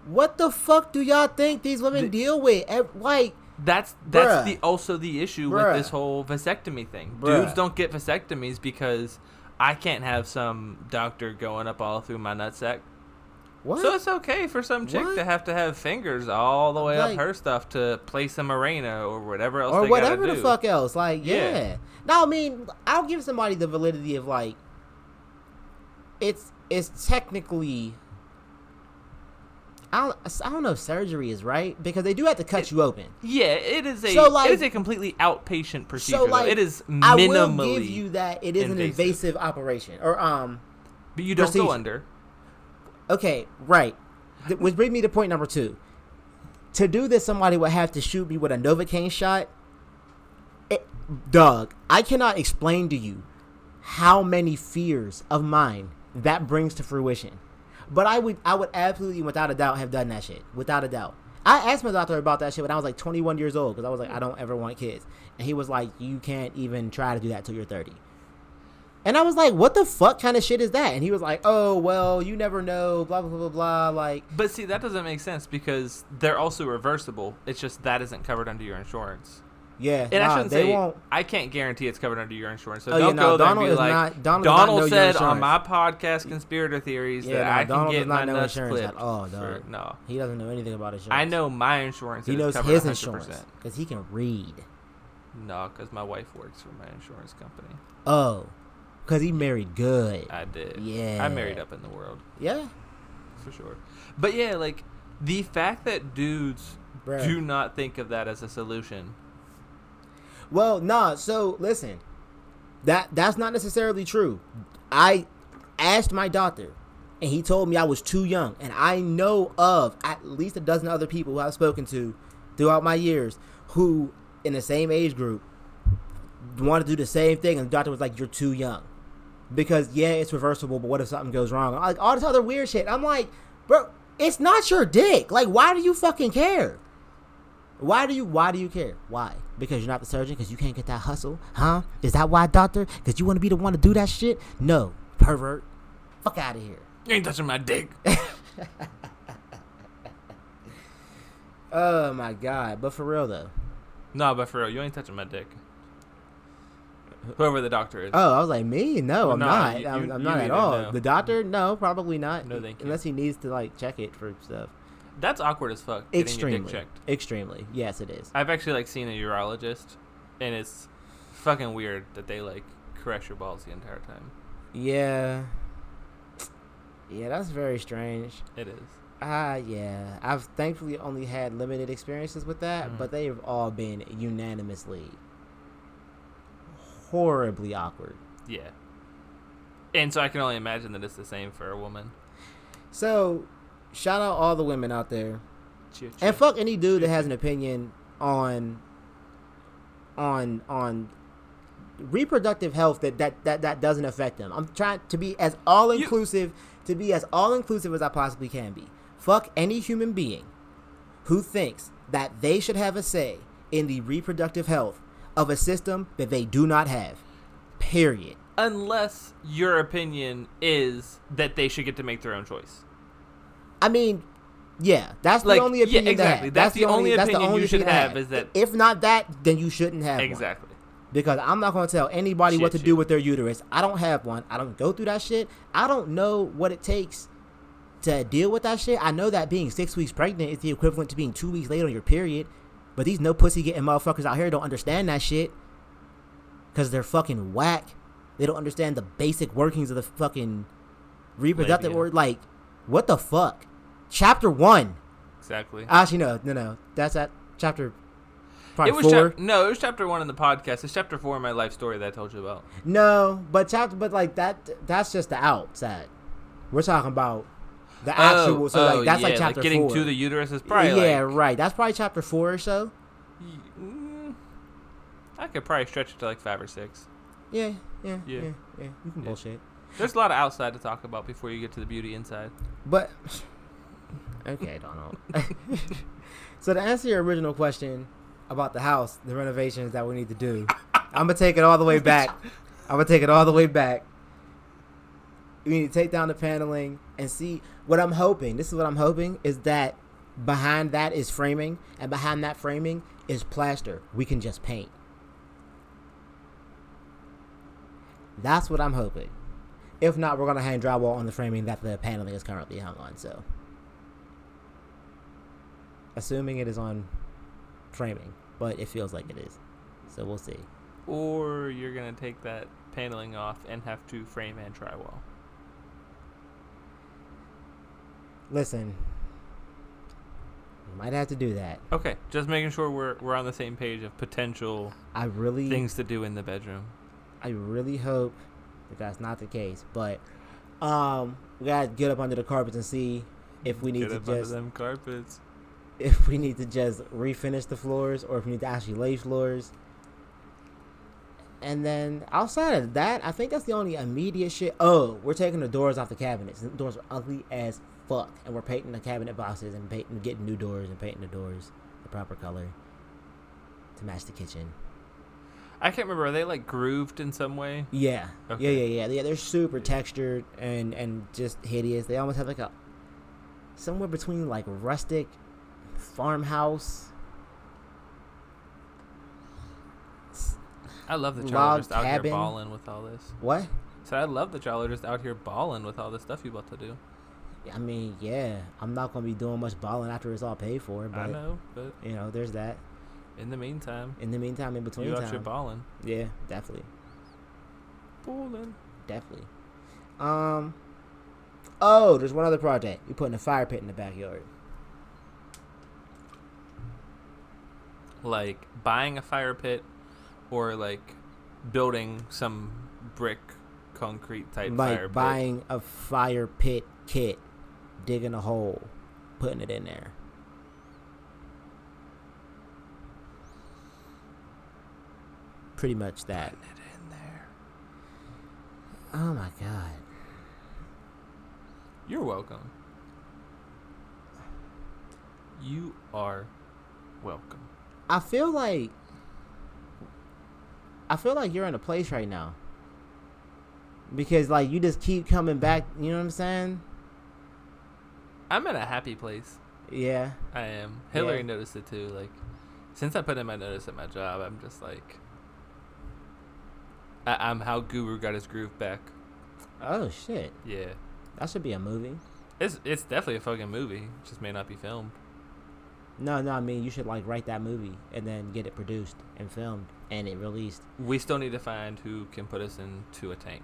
what the fuck do y'all think these women
The-
deal with? Ev- Like,
That's that's
Bruh.
the also the issue with
Bruh.
this whole vasectomy thing.
Bruh.
Dudes don't get vasectomies because I can't have some doctor going up all through my nutsack.
what?
So it's okay for some chick
What?
to have to have fingers all the way up
Like-
her stuff to play some arena or whatever else
or
they
whatever
gotta
the
do.
fuck else. Like,
Yeah.
yeah. No, I mean, I'll give somebody the validity of like, it's it's technically. I don't, I don't know if surgery is right because they do have to cut you open.
Yeah, it is a
So, like-
it is a completely outpatient procedure.
So
though.
like
it is minimally,
I will give you that it is an
invasive.
invasive operation or um
but you don't go
procedure.
under.
okay right, Th- which brings me to point number two. To do this, somebody would have to shoot me with a novocaine shot. It, Doug, I cannot explain to you how many fears of mine that brings to fruition. But I would I would absolutely without a doubt have done that shit. Without a doubt. I asked my doctor about that shit when I was like 21 years old because I was like, I don't ever want kids. And he was like, You can't even try to do that till you're 30. And I was like, What the fuck kind of shit is that? And he was like, Oh, well, you never know, blah, blah, blah, blah. Like,
But see, that doesn't make sense because they're also reversible. It's just that isn't covered under your insurance.
yeah,
And I
nah,
shouldn't
they
say
won't.
I can't guarantee it's covered under your insurance. So
Oh, yeah,
don't
no,
go there
Donald
and be
is
like,
not- Donald does not
Donald
know your
said on
insurance."
my podcast, Conspirator Theories,
Yeah,
that
no,
I can
Donald
get
does not
my
know
nuts
insurance
clipped.
at all,
for-
dog.
no,
He doesn't know anything about insurance.
I know my insurance.
He
is
knows
covered
his
100%.
insurance because he can read.
No, because my wife works for my insurance company.
Oh, because he married good.
I did.
Yeah.
I married up in the world
Yeah,
for sure. But yeah, like the fact that dudes
Bruh.
do not think of that as a solution.
Well, nah. So listen, that that's not necessarily true. I asked my doctor, and he told me I was too young. And I know of at least a dozen other people who I've spoken to throughout my years who, in the same age group, wanted to do the same thing, and the doctor was like, "You're too young," because yeah, it's reversible. But what if something goes wrong? Like all this other weird shit. I'm like, bro, it's not your dick. Like, why do you fucking care? Why do you Why do you care? Why? Because you're not the surgeon. Because you can't get that hustle, huh? Is that why, doctor? Because you want to be the one to do that shit? No, pervert. Fuck out of here.
You ain't touching my dick.
Oh my god. But for real though.
no, but for real, you ain't touching my dick. Whoever the doctor is.
Oh, I was like, me? No,
Well,
I'm
no,
not.
you-
I'm,
you-
I'm
you
not at
either,
all.
no.
The doctor? No, probably not.
No, thank you.
Unless he needs to like check it for stuff.
That's awkward as fuck. Getting your dick
Extremely.
checked.
Extremely. Yes, it is.
I've actually like seen a urologist, and it's fucking weird that they like caress your balls the entire time.
Yeah. Yeah, that's very strange.
It is.
Ah, yeah. I've thankfully only had limited experiences with that,
Mm.
but they've all been unanimously horribly awkward.
Yeah. And so I can only imagine that it's the same for a woman.
So, shout out all the women out there,
Cheer, cheer.
and fuck any dude that has an opinion on on on reproductive health that that that, that doesn't affect them. I'm trying to be as all inclusive to be as all inclusive as I possibly can be. Fuck any human being who thinks that they should have a say in the reproductive health of a system that they do not have. Period.
unless your opinion is that they should get to make their own choice.
I mean, yeah, that's
Like,
the only
yeah,
opinion. to
exactly.
have.
That's the only opinion you should
to
have is that-
if not that, then you shouldn't have one.
Exactly.
because I'm not going to tell anybody what to
Shit,
do
shit.
with their uterus. I don't have one. I don't go through that shit. I don't know what it takes to deal with that shit. I know that being six weeks pregnant is the equivalent to being two weeks late on your period, but these no pussy getting motherfuckers out here don't understand that shit because they're fucking whack. They don't understand the basic workings of the fucking reproductive
Labia.
or like what the fuck. Chapter one.
Exactly.
Actually, no, no, no. That's at chapter. Probably
it was
four.
chap- no, it was chapter one in the podcast. It's chapter four in my life story that I told you about.
No, but chapter, but like that. That's just the outside. We're talking about the actual. so
oh,
like that's
yeah,
like chapter
getting
four.
to the uterus is probably
yeah,
like,
right. That's probably chapter four or so.
mm, I could probably stretch it to like five or six.
Yeah, yeah, yeah,
Yeah.
yeah. You can
Yeah.
bullshit,
There's a lot of outside to talk about before you get to the beauty inside.
but okay, Donald. so to answer your original question about the house, the renovations that we need to do, I'm gonna take it all the way back. I'm gonna take it all the way back. We need to take down the paneling and see what I'm hoping. This is what I'm hoping is that behind that is framing, and behind that framing is plaster. We can just paint. That's what I'm hoping. If not, we're gonna hang drywall on the framing that the paneling is currently hung on. So, assuming it is on framing, but it feels like it is. So we'll see.
Or you're gonna take that paneling off and have to frame and drywall.
Listen, we might have to do that.
Okay, just making sure we're we're on the same page of potential
I really,
things to do in the bedroom.
I really hope that that's not the case. But um, we gotta get up under the carpets and see if we need
Get
to
up under
just
them carpets.
if we need to just refinish the floors or if we need to actually lay floors. And then outside of that, I think that's the only immediate shit. Oh, we're taking the doors off the cabinets. The doors are ugly as fuck, and we're painting the cabinet boxes and painting, getting new doors and painting the doors the proper color to match the kitchen.
I can't remember. Are they like grooved in some way?
Yeah,
Okay.
yeah, yeah, yeah, yeah. They're super textured and and just hideous. They almost have like a somewhere between like rustic farmhouse, s-
I love that y'all are
Log
just out here
cabin.
balling with all this.
what?
So I love that y'all are just out here balling with all this stuff you about to do.
I mean, yeah, I'm not gonna be doing much balling after it's all paid for,
I
but
know, but
you know, there's that.
in the meantime,
In the meantime, in between
you out here
time,
balling,
yeah, definitely,
balling.
definitely. Um, oh, there's one other project. You're putting a fire pit in the backyard.
Like buying a fire pit, or like building some brick, concrete type
like
fire pit.
buying a fire pit kit, digging a hole, putting it in there. Pretty much that.
Putting it in there.
Oh my god.
You're welcome. You are welcome.
I feel like I feel like you're in a place right now. Because like you just keep coming back, you know what I'm saying?
I'm in a happy place.
Yeah.
I am. Hillary
Yeah.
noticed it too. Like, since I put in my notice at my job, I'm just like, I- I'm how Guru got his groove back.
Oh shit.
Yeah,
That should be a movie.
it's it's definitely a fucking movie. It just may not be filmed.
No, no, I mean you should like write that movie and then get it produced and filmed and it released.
We still need to find who can put us into a tank,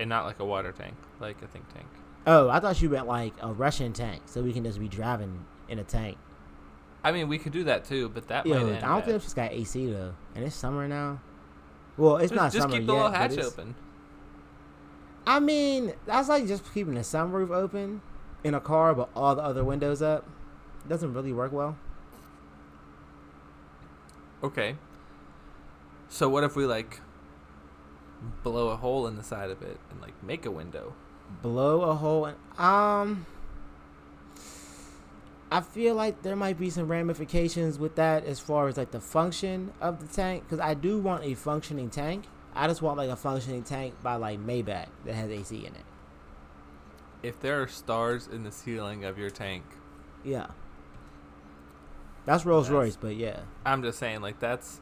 and not like a water tank, like a think tank.
Oh, I thought you meant like a Russian tank, so we can just be driving in a tank.
I mean, we could do that too, but that
Yo, I
might
don't
end
think
bad.
it's got AC though, and it's summer now. Well, it's
just,
not
just
summer
keep the
yet.
little
but
hatch
it's-
open.
I mean, that's like just keeping the sunroof open in a car, but all the other windows up. Doesn't really work well.
Okay. So what if we like blow a hole in the side of it and like make a window?
Blow a hole in. Um, I feel like there might be some ramifications with that as far as like the function of the tank, because I do want a functioning tank. I just want like a functioning tank by like Maybach that has AC in it.
If there are stars in the ceiling of your tank,
Yeah. That's Rolls
That's-
Royce, but yeah.
I'm just saying like that's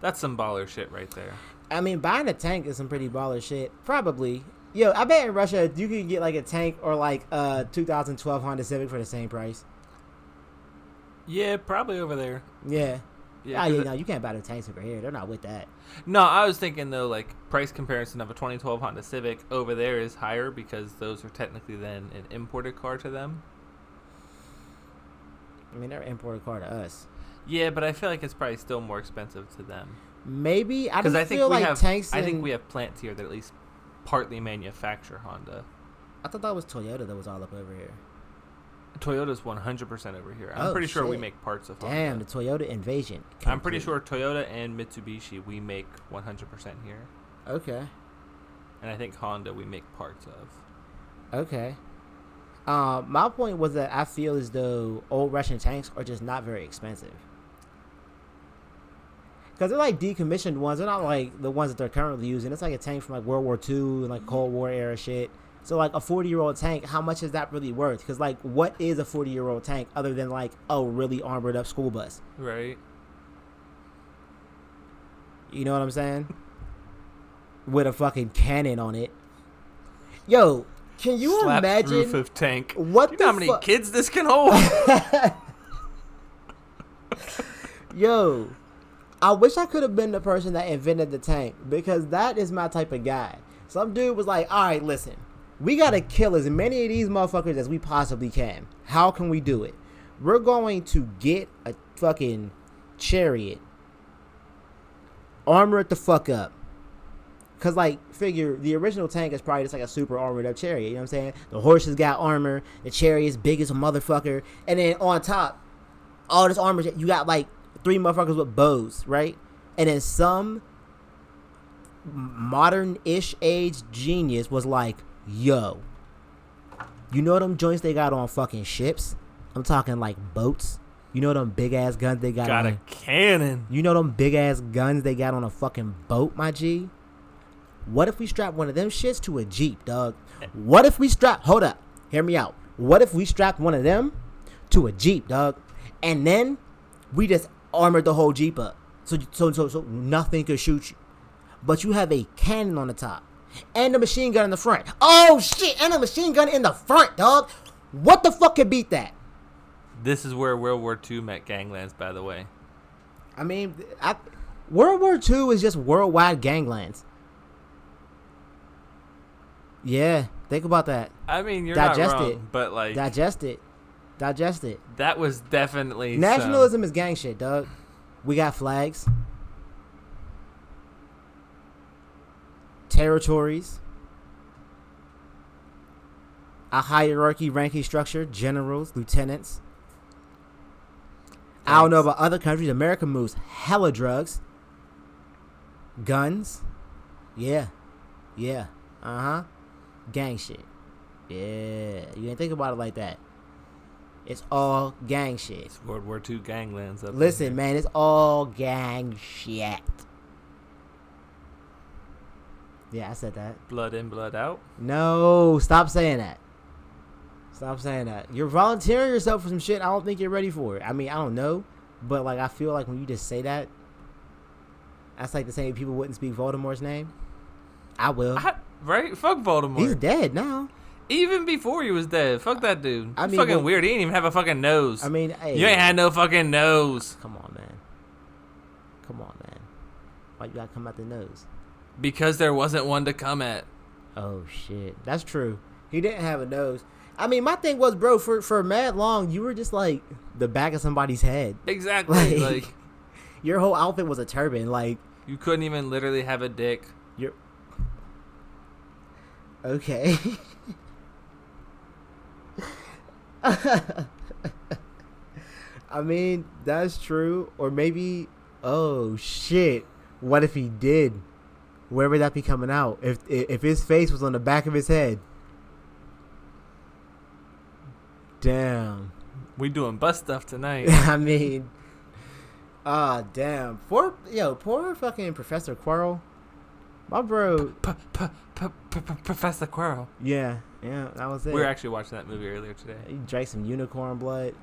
that's some baller shit right there.
I mean, buying a tank is some pretty baller shit. Probably. Yo, I bet in Russia you can get like a tank or like a 2012 Honda Civic for the same price.
Yeah, probably over there.
Yeah.
Yeah.
Ah,
'cause
yeah,
it-
no, you can't buy the tanks over here. They're not with that.
No, I was thinking though like price comparison of a 2012 Honda Civic over there is higher because those are technically then an imported car to them.
I mean, they're an imported car to us.
Yeah, but I feel like it's probably still more expensive to them.
Maybe I
Because
just
I think
feel
we
like
have
tanks.
I think
and-
we have plants here that at least partly manufacture Honda.
I thought that was Toyota that was all up over here.
Toyota's 100% over here. I'm
Oh,
pretty sure we
shit.
make parts of Honda.
Damn, the Toyota invasion.
I'm pretty
Complete.
sure Toyota and Mitsubishi we make 100% here,
Okay.
and I think Honda we make parts of.
Okay. Um, my point was that I feel as though old Russian tanks are just not very expensive. Because they're like decommissioned ones. They're not like the ones that they're currently using. It's like a tank from like World War II and like Cold War era shit. So like a 40 year old tank, how much is that really worth? Because like what is a 40 year old tank other than like a really armored up school bus?
Right?
You know what I'm saying? With a fucking cannon on it. Yo, can you
Slapped
imagine?
roof of tank.
what
Do you know how
the
many
fu-
kids this can hold?
Yo, I wish I could have been the person that invented the tank because that is my type of guy. Some dude was like, all right, listen, we got to kill as many of these motherfuckers as we possibly can. How can we do it? We're going to get a fucking chariot, armor it the fuck up. Cause like figure the original tank is probably just like a super armored up chariot. You know what I'm saying? The horses got armor, the chariot's big as a motherfucker, and then on top, all this armor shit. You got like three motherfuckers with bows, right? And then some modern ish age genius was like, yo, You know them joints they got on fucking ships? I'm talking like boats. You know them big ass guns they got,
Got
on
a cannon.
You know them big ass guns they got on a fucking boat, my G? What if we strap one of them shits to a Jeep, dog? What if we strap hold up, hear me out. What if we strap one of them to a Jeep, dog? And then we just armored the whole Jeep up. So so so so nothing could shoot you. But you have a cannon on the top. And a machine gun in the front. Oh shit, and a machine gun in the front, dog. What the fuck could beat that?
This is where World War II met ganglands, by the way.
I mean, I, World War II is just worldwide ganglands. Yeah, think about that.
I mean, you're
Digest
not wrong,
it.
but like
Digest it. Digest it.
that was definitely some-
Nationalism is gang shit, dog. We got flags, territories, a hierarchy ranking structure, generals, lieutenants. I don't know about other countries. America moves hella drugs, guns. Yeah. Yeah. Uh huh. Gang shit. Yeah. You didn't think about it like that. It's all gang shit.
It's World War II ganglands. Up in
Listen,
here.
man, it's all gang shit. Yeah, I said that.
blood in, blood out.
No, stop saying that. Stop saying that. You're volunteering yourself for some shit I don't think you're ready for. I mean, I don't know, but like I feel like when you just say that, that's like the same people wouldn't speak Voldemort's name. I will.
I, right? Fuck Voldemort.
He's dead now.
even before he was dead, fuck that dude.
I
I
mean,
fucking
what-
weird. He didn't even have a fucking nose.
I mean, hey,
you ain't had no fucking nose
Come on, man. Come on, man. Why you gotta come out the nose?
because there wasn't one to come at.
Oh shit, that's true. He didn't have a nose. I mean, my thing was, bro, for for mad long, you were just like the back of somebody's head.
Exactly.
Like-
Like,
Your whole outfit was a turban. Like,
you couldn't even literally have a dick.
you're okay. I mean, that's true. Or maybe, oh shit, what if he did? Where would that be coming out? If if his face was on the back of his head. Damn.
We doing bus stuff tonight.
I mean, ah, damn. Poor, yo, poor fucking Professor Quirrell. My bro.
P- p- p- p- p- Professor Quirrell.
Yeah, yeah, that was it.
We were actually watching that movie earlier today.
he drank some unicorn blood.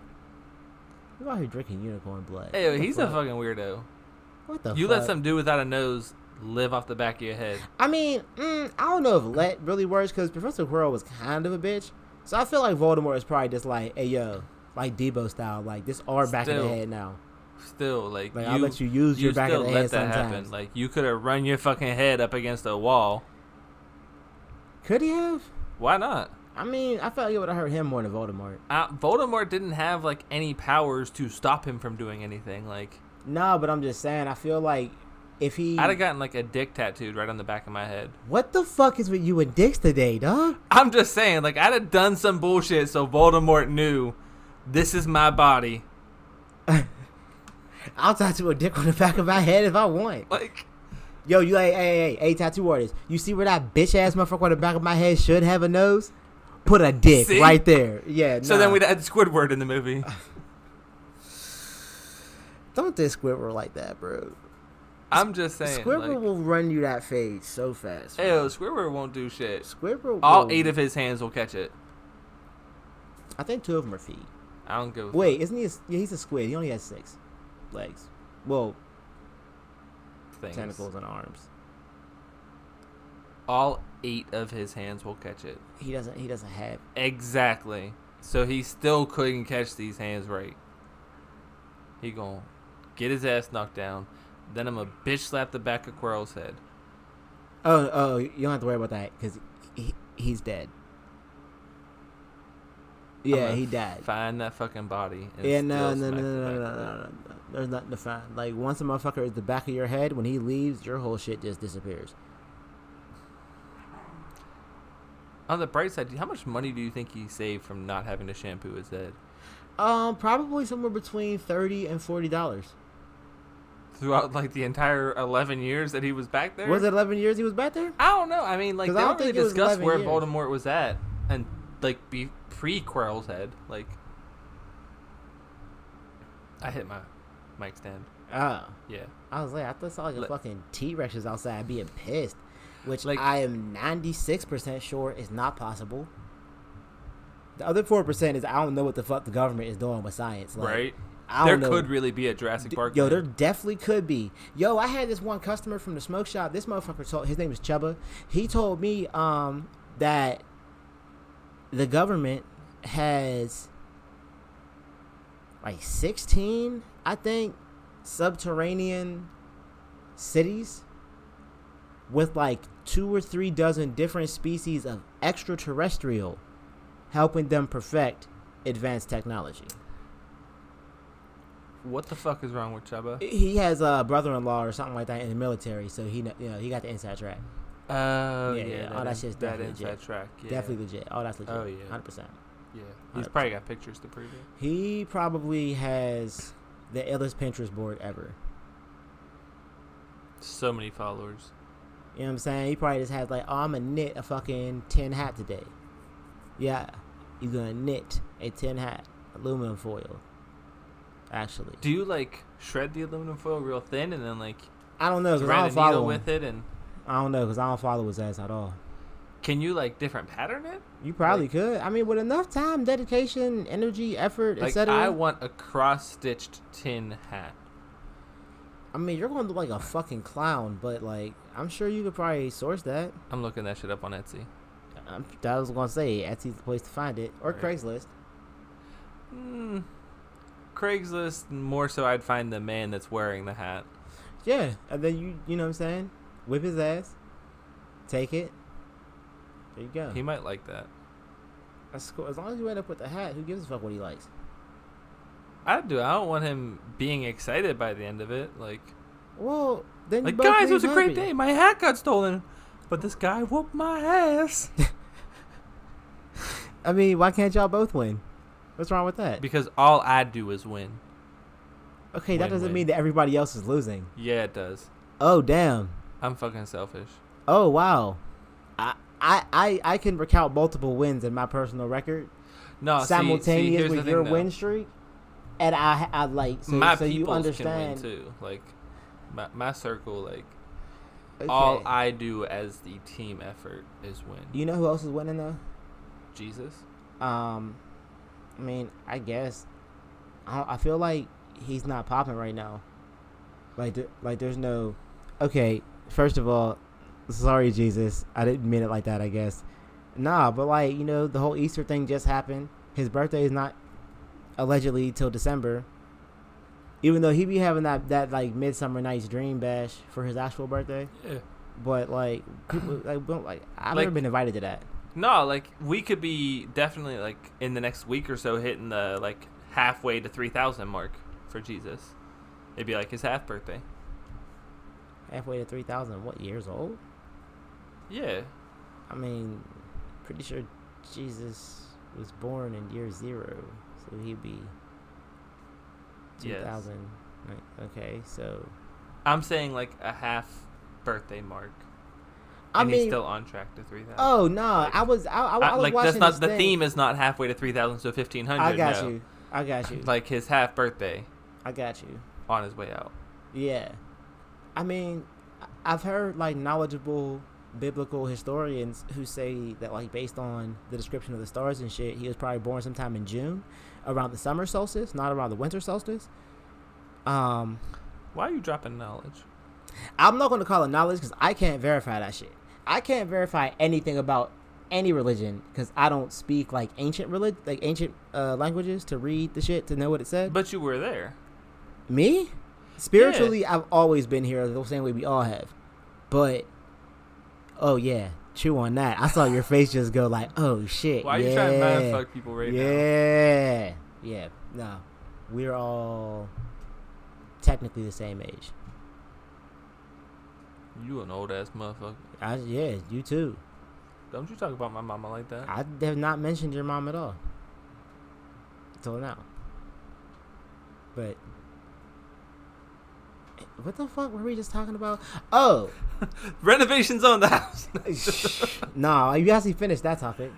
You out here drinking unicorn blood?
Hey,
What the
he's a
fuck?
fucking weirdo.
What the?
You
fuck?
let some dude without a nose live off the back of your head.
I mean, mm, I don't know if let really works because Professor Quirrell was kind of a bitch. So I feel like Voldemort is probably just like, hey yo, like Debo style, like this our back of the
Still.
head now.
Still, like,
Like
you,
I'll let you use your
you
back
still
of the
let
head
that
sometimes.
happen. Like, you could have run your fucking head up against a wall.
Could he have?
Why not?
I mean, I felt like it would have hurt him more than Voldemort.
Uh, Voldemort didn't have like any powers to stop him from doing anything. Like,
No, but I'm just saying. I feel like if he,
I'd have gotten like a dick tattooed right on the back of my head.
what the fuck is with you and dicks today, dog?
I'm just saying, like, I'd have done some bullshit so Voldemort knew this is my body.
I'll tattoo a dick on the back of my head if I want.
Like,
Yo, you like, hey, hey, hey, hey, tattoo artist. You see where that bitch ass motherfucker on the back of my head should have a nose? Put a dick
See?
right there. Yeah.
so then
nah.
we'd had Squidward in the movie.
don't diss Squidward like that, bro.
I'm just saying,
Squidward
like,
will run you that fade so fast.
ew,
bro.
Squidward won't do shit.
Squidward.
All
will-
eight of his hands will catch it.
I think two of them are feet.
I don't give. A
Wait, isn't he? A, yeah, he's a squid. He only has six legs. Well,
fuck things.
tentacles and arms.
All eight of his hands will catch it.
He doesn't. He doesn't have.
Exactly. So he still couldn't catch these hands right. He gonna get his ass knocked down. Then I'm gonna bitch slap the back of Quirrell's head.
Oh, oh, you don't have to worry about that because he, he's dead. Yeah,
I'ma
he died.
Find that fucking body. And
Yeah, no, no,
still
no,
smack
no,
the
no,
back
no,
of the
no,
head.
no. no. There's nothing to find. Like once a motherfucker is the back of your head, when he leaves, your whole shit just disappears.
On the bright side, how much money do you think he saved from not having to shampoo his head
Um, probably somewhere between thirty and forty dollars.
throughout like the entire 11 years that he was back there?
Was it eleven years he was back there?
I don't know. I mean, like
'Cause
they
I
don't,
don't
really
think it was
discuss
11
where
years.
Voldemort was at, and like be free Quirrell's head. Like, I hit my mic stand.
Oh,
Yeah.
I was like, I thought saw like a
Like-
fucking T Rex was outside being pissed, which
Like-
I am ninety six percent sure is not possible. The other four percent is I don't know what the fuck the government is doing with science. Like,
right.
I
There
don't know.
could really be a Jurassic
D-
Park.
Yo, there
man.
definitely could be. Yo, I had this one customer from the smoke shop. This motherfucker told his name is Chuba. He told me um that the government has like sixteen, I think, subterranean cities with like two or three dozen different species of extraterrestrial helping them perfect advanced technology.
what the fuck is wrong with Chuba?
He has a brother-in-law or something like that in the military, so he kn- you know he got the inside track.
Oh
Yeah, yeah, all that shit's
that
definitely
inside
legit.
track. Yeah,
Definitely legit. Oh, that's legit.
Oh, yeah.
hundred percent.
Yeah, he's
100%.
probably got pictures to prove it.
He probably has the illest Pinterest board ever.
So many followers.
You know what I'm saying? He probably just has like, oh, I'm gonna knit a fucking tin hat today. Yeah, you're gonna knit a tin hat, aluminum foil. Actually,
Do you like shred the aluminum foil real thin and then like
I don't know because I
thread
don't
a needle
follow him.
with it and
I don't know because I don't follow his ass at all.
can you like different pattern it?
You probably could. I mean, with enough time, dedication, energy, effort,
Like
etc.
I want a cross stitched tin hat.
I mean, you're going to look like a fucking clown, but like, I'm sure you could probably source that.
I'm looking that shit up on Etsy.
Um, that was gonna say Etsy's the place to find it, or
Right.
Craigslist.
Mm, Craigslist more so. I'd find the man that's wearing the hat.
Yeah, and then you, you know what I'm saying? Whip his ass, take it. There you go.
He might like that.
That's cool. As long as you end up with the hat, who gives a fuck what he likes?
I do. I don't want him being excited by the end of it. Like,
Well, then you
like
both
guys, it was a
leave
great
happy.
day. My hat got stolen, but this guy whooped my ass
I mean, why can't y'all both win? What's wrong with that?
because all I do is win.
okay, that doesn't
win-win.
mean that everybody else is losing.
Yeah, it does.
Oh damn.
I'm fucking selfish.
Oh wow. I I I, I can recount multiple wins in my personal record.
No, Oh, see- see,
simultaneous
here's the
with
thing,
your
though.
win streak, and I, I like so,
my
so
people
you
can win
understand.
too. Like, my my circle. Like,
Okay.
all I do as the team effort is win.
you know who else is winning though?
Jesus.
Um, I mean, I guess I, I feel like he's not popping right now. Like, th- like there's no. Okay, first of all, sorry Jesus, I didn't mean it like that. I guess. Nah, but like you know, the whole Easter thing just happened. His birthday is not allegedly till December. Even though he be having that that like midsummer night's dream bash for his actual birthday,
Yeah.
but like people like don't like I've
Like-
never been invited to that.
No, like we could be definitely like in the next week or so hitting the like halfway to three thousand mark for Jesus. It'd be like his half birthday.
Halfway to three thousand, what years old?
Yeah.
I mean, pretty sure Jesus was born in year zero, so he'd be two
Yes.
thousand. Right. Okay, so
I'm saying like a half birthday mark.
I
and
mean,
he's still on track to three thousand.
oh no, I was I, I, I
Uh,
was
like
watching
that's not
this
the
thing.
theme is not halfway to three thousand, so fifteen hundred.
I got
no.
you. I got you.
Like his half birthday
I got you.
on his way out.
Yeah, I mean, I- I've heard like knowledgeable biblical historians who say that like based on the description of the stars and shit, he was probably born sometime in June, around the summer solstice, not around the winter solstice. Um,
Why are you dropping knowledge?
I'm not going to call it knowledge because I can't verify that shit. I can't verify anything about any religion because I don't speak like ancient relig- like ancient uh, languages to read the shit to know what it said.
But you were there.
Me? Spiritually, I've always been here the same way we all have. But, oh yeah, chew on that. I saw your face just go like, oh shit.
Why are
yeah.
you trying to mind fuck people right now?
yeah. Yeah. No. We're all technically the same age.
You an old ass motherfucker.
I, yeah, you too.
Don't you talk about my mama like that?
I have not mentioned your mom at all. Till now. But what the fuck were we just talking about? Oh,
Renovations on the house.
no, you actually finished that topic.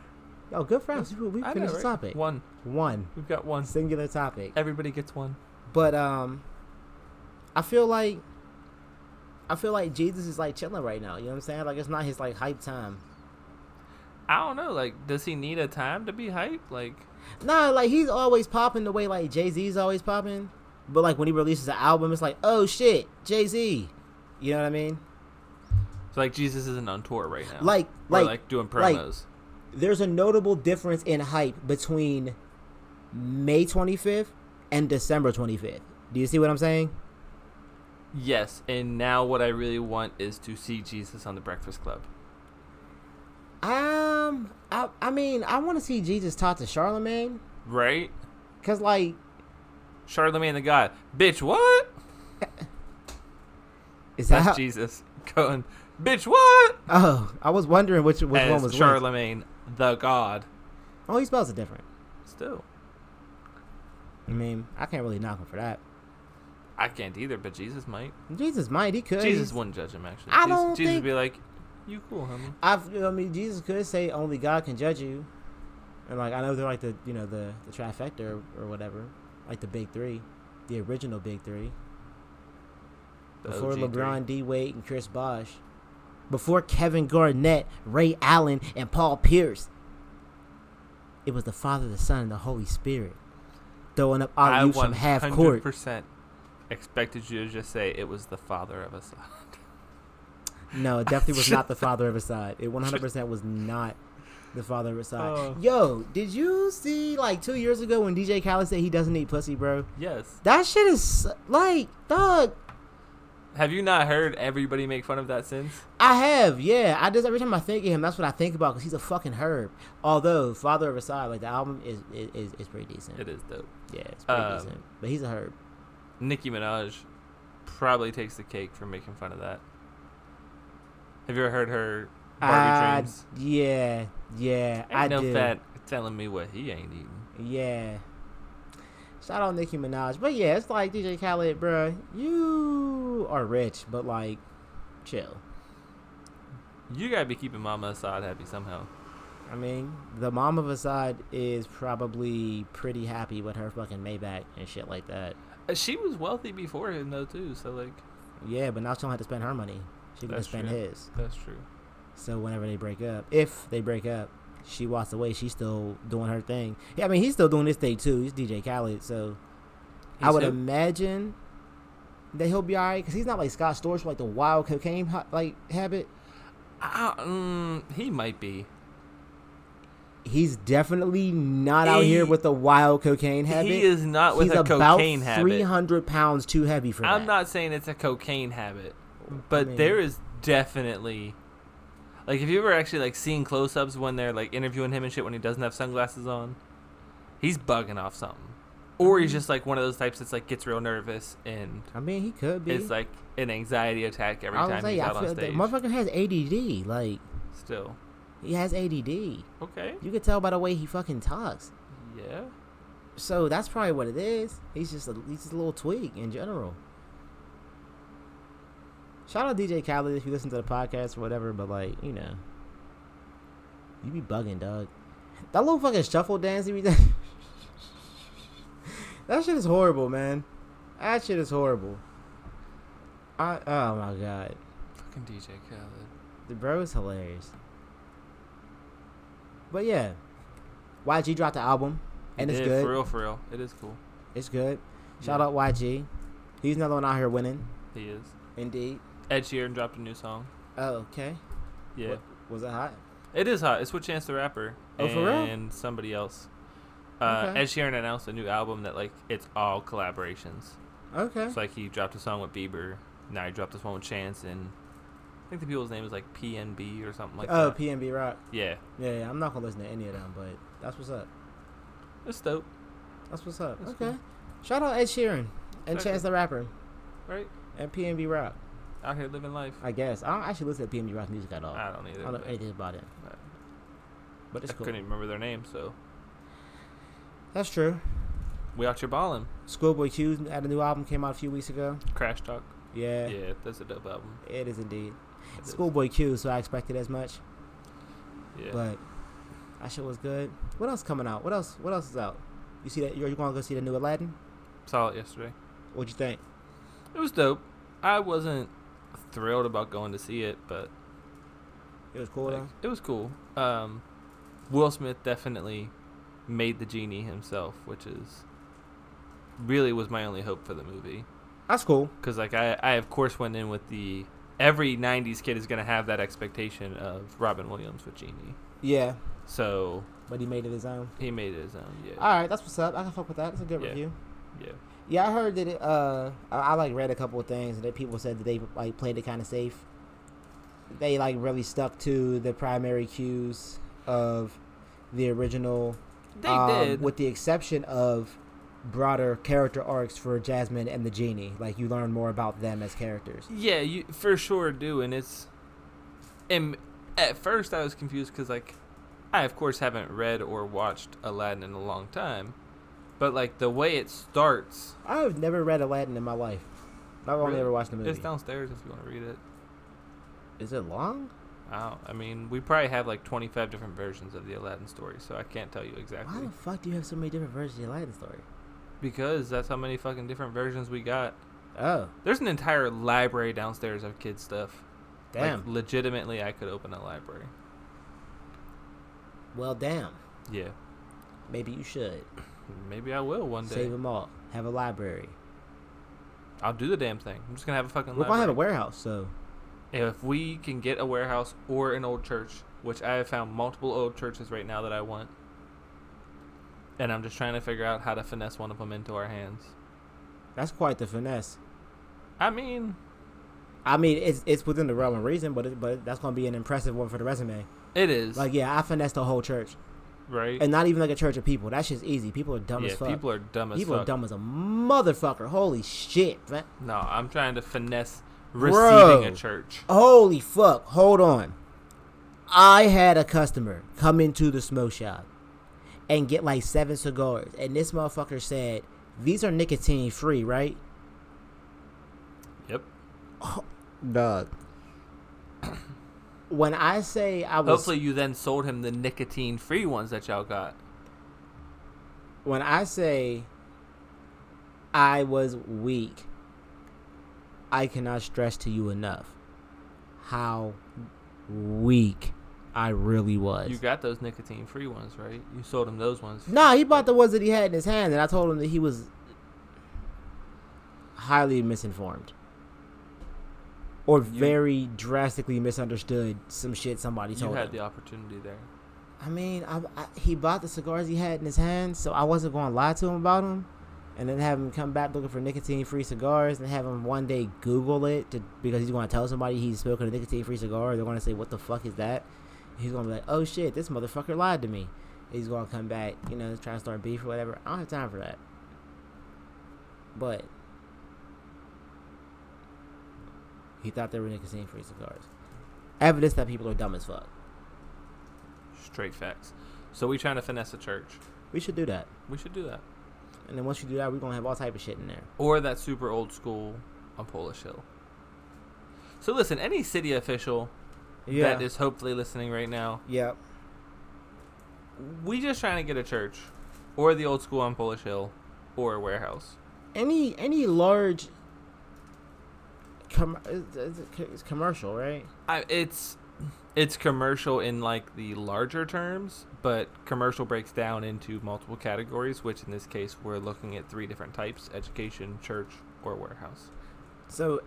Oh, good friends. We, we
I know,
finished
right?
the topic.
One.
One
We've got one.
singular topic.
Everybody gets one.
But um, I feel like I feel like Jesus is like chilling right now. You know what I'm saying? Like it's not his like hype time.
I don't know. Like, does he need a time to be hype? Like,
Nah, like he's always popping the way like Jay Z's always popping. But like when he releases an album, it's like, oh shit, Jay Z. You know what I mean?
so like Jesus isn't on tour right now.
Like,
Or,
like,
like doing
like-
promos.
there's a notable difference in hype between May 25th and December 25th. Do you see what I'm saying?
yes. And now what I really want is to see Jesus on the Breakfast Club.
Um, I, I mean, I want to see Jesus talk to Charlemagne,
Right?
cause like
Charlemagne the God. Bitch, what?
is that
That's
how,
Jesus going. Bitch, what?
oh I was wondering which which
As
one was Charlemagne.
Charlemagne the God.
Oh, he spells it different.
Still,
I mean, I can't really knock him for that.
I can't either. But Jesus might.
Jesus might he could
Jesus wouldn't judge him actually.
I
Jesus,
don't
Jesus
think-
would be like, "You cool, homie."
I, I mean, Jesus could say only God can judge you, and like I know they're like the you know the the trifecta or, or whatever, like the big three, the original big three
The
before
OG3.
LeBron, D Wade, and Chris Bosh, before Kevin Garnett, Ray Allen, and Paul Pierce. It was the Father, the Son, and the Holy Spirit throwing up
I
our youth from half court.
percent expected you to just say it was the father of us.
No, it definitely was not the father of his side. It 100% was not the father of his side.
Oh.
Yo, did you see like two years ago when DJ Khaled said he doesn't need pussy, bro?
yes.
That shit is so- like, dog.
Have you not heard everybody make fun of that since?
I have, yeah. I just every time I think of him, that's what I think about because he's a fucking herb. Although Father of a Side, like the album is is- is, is pretty decent.
It is dope.
Yeah, it's pretty
Um,
decent. But he's a herb.
Nicki Minaj probably takes the cake for making fun of that. Have you ever heard her Barbie
I-
dreams?
Yeah, yeah.
Ain't
I
no
do.
fat telling me what he ain't eating.
Yeah. Shout out Nicki Minaj. But yeah, it's like DJ Khaled, bruh, you are rich, but like, chill.
You gotta be keeping Mama Assad happy somehow.
I mean, the mom of Assad is probably pretty happy with her fucking Maybach and shit like that.
Uh, She was wealthy before him though too, so like
Yeah, but now she don't have to spend her money. She can
That's
just spend
true.
his.
that's true.
So whenever they break up, if they break up, she walks away. She's still doing her thing. Yeah, I mean, he's still doing his thing too. He's DJ Khaled, so I
He's
would
who?
imagine that he'll be all right because he's not like Scott Storch with, like the wild cocaine ho- like habit.
Ah, mm, he might be.
He's definitely not out here
He-
with the wild cocaine habit.
He is not with
he's
a
about
cocaine habit.
300 pounds too heavy for
I'm
that.
not saying it's a cocaine habit, but
mean-
there is definitely like if you ever actually like seeing close ups when they're like interviewing him and shit when he doesn't have sunglasses on, he's bugging off something. Or
Mm-hmm.
he's just like one of those types that's like gets real nervous and
I mean, he could be.
it's like an anxiety attack every
I was
time
like,
he's
I
out on
feel that
stage.
motherfucker has ADD. Like
Still.
he has ADD. You
Okay.
could tell by the way he fucking talks.
Yeah.
So that's probably what it is. He's just a, he's just a little tweak in general. Shout out DJ Khaled if you listen to the podcast or whatever, but like you know, you be bugging, dog. That little fucking shuffle dance he be doing. that shit is horrible, man. That shit is horrible. I oh my god,
Fucking DJ Khaled.
the bro is hilarious. But yeah, YG dropped the album, and
He
it's
did,
good.
For real, for real. It is cool.
It's good. Shout
Yeah.
out YG. He's another one out here winning.
He is.
Indeed.
Ed Sheeran dropped a new song.
Oh, okay.
Yeah.
Wa- was it hot?
It is hot. It's with Chance the Rapper
Oh,
and
for real?
somebody else. Uh,
Okay.
Ed Sheeran announced a new album that like it's all collaborations.
Okay.
It's like he dropped a song with Bieber. Now he dropped this one with Chance, and I think the people's name is like PNB or something like
oh,
that.
PNB Rock.
yeah,
Yeah, yeah, I'm not gonna listen to any of them, but that's what's up.
it's dope,
That's what's up.
That's
okay. Shout out Ed Sheeran and
Exactly.
Chance the Rapper
right?
and PNB Rock.
Out here living life.
I guess I don't actually listen to PNB Rock music at all. I
I don't either.
don't know
but
anything about it,
I-
but it's
I
cool.
couldn't even remember their name, so
That's true.
we out here balling.
Schoolboy Q's had a new album came out a few weeks ago.
Crash Talk.
Yeah,
Yeah, that's a dope album.
it is indeed.
It is.
Schoolboy Q, so I expected as much,
Yeah.
but That shit was good. What else coming out? What else? What else is out? You see that? You're you gonna go see the new Aladdin?
Saw it yesterday.
What'd you think?
It was dope. I wasn't thrilled about going to see it, but
It was cool.
like, it was cool. Um, Will Smith definitely made the genie himself, which is really was my only hope for the movie.
though? That's cool.
because like I, I of course went in with the every 90s kid is going to have that expectation of robin williams with genie
Yeah,
so
but he made it his own.
he made it his own yeah
All right, that's what's up. I can fuck with that. That's a good
Yeah.
review.
yeah
Yeah, I heard that. It, uh, I, I like read a couple of things and that people said that they like played it kind of safe. They like really stuck to the primary cues of the original
they
um,
did
with the exception of broader character arcs for Jasmine and the genie. Like you learn more about them as characters.
yeah you for sure do and it's and at first i was confused because like i of course haven't read or watched aladdin in a long time but like the way it starts
I've never read Aladdin in my life. I've only
Really?
ever watched the movie.
it's downstairs if you want to read it
Is it long?
Wow, I mean, we probably have like 25 different versions of the Aladdin story, so I can't tell you
Why
exactly.
the fuck do you have so many different versions of the Aladdin story?
Because that's how many fucking different versions we got.
Oh,
There's an entire library downstairs of kids stuff.
damn.
Like, legitimately, I could open a library.
well, damn.
Yeah.
Maybe you should
Maybe I will one day.
save them all. Have a library.
I'll do the damn thing. I'm just gonna have a fucking
We're gonna have a
library.
warehouse, so
if we can get a warehouse or an old church, which I have found multiple old churches right now that I want, and I'm just trying to figure out how to finesse one of them into our hands.
that's quite the finesse.
I mean,
I mean, it's it's within the realm of reason, but it, but that's gonna be an impressive one for the resume.
it is
Like, yeah, I finessed the whole church.
right.
and not even like a church of people. That shit's easy. People are dumb
yeah,
as fuck.
people are dumb as
People
fuck.
are dumb as a motherfucker. Holy shit, man.
No, I'm trying to finesse receiving
Bro.
a church.
Holy fuck. Hold on. I had a customer come into the smoke shop and get like seven cigars, and this motherfucker said, "These are nicotine free, right?"
Yep.
Dog. when I say I was
Hopefully, you then sold him the nicotine-free ones that y'all got.
when I say I was weak, I cannot stress to you enough how weak I really was.
You got those nicotine-free ones, right? You sold him those ones.
nah, he bought the ones that he had in his hand, and I told him that he was highly misinformed. Or very drastically misunderstood some shit somebody
You
told
had
him.
the opportunity there.
I mean, I, I, he bought the cigars he had in his hand, so I wasn't going to lie to him about them, and then have him come back looking for nicotine-free cigars, and have him one day Google it to, because he's going to tell somebody he's smoking a nicotine-free cigar. They're going to say, "What the fuck is that?" He's going to be like, "Oh shit, this motherfucker lied to me." He's going to come back, you know, try to start beef or whatever. I don't have time for that. But he thought they were nicotine-free cigars. Evidence that people are dumb as fuck.
Straight facts. So we trying to finesse a church.
We should do that.
We should do that.
And then once you do that, we're gonna have all type of shit in there.
Or that super old school on Polish Hill. So listen, any city official that is hopefully listening right now,
yeah.
we just trying to get a church, or the old school on Polish Hill, or a warehouse.
Any any large com- it's, it's- it's commercial, right?
I, it's it's commercial in like the larger terms, but commercial breaks down into multiple categories, which in this case we're looking at three different types: education, church, or warehouse.
So,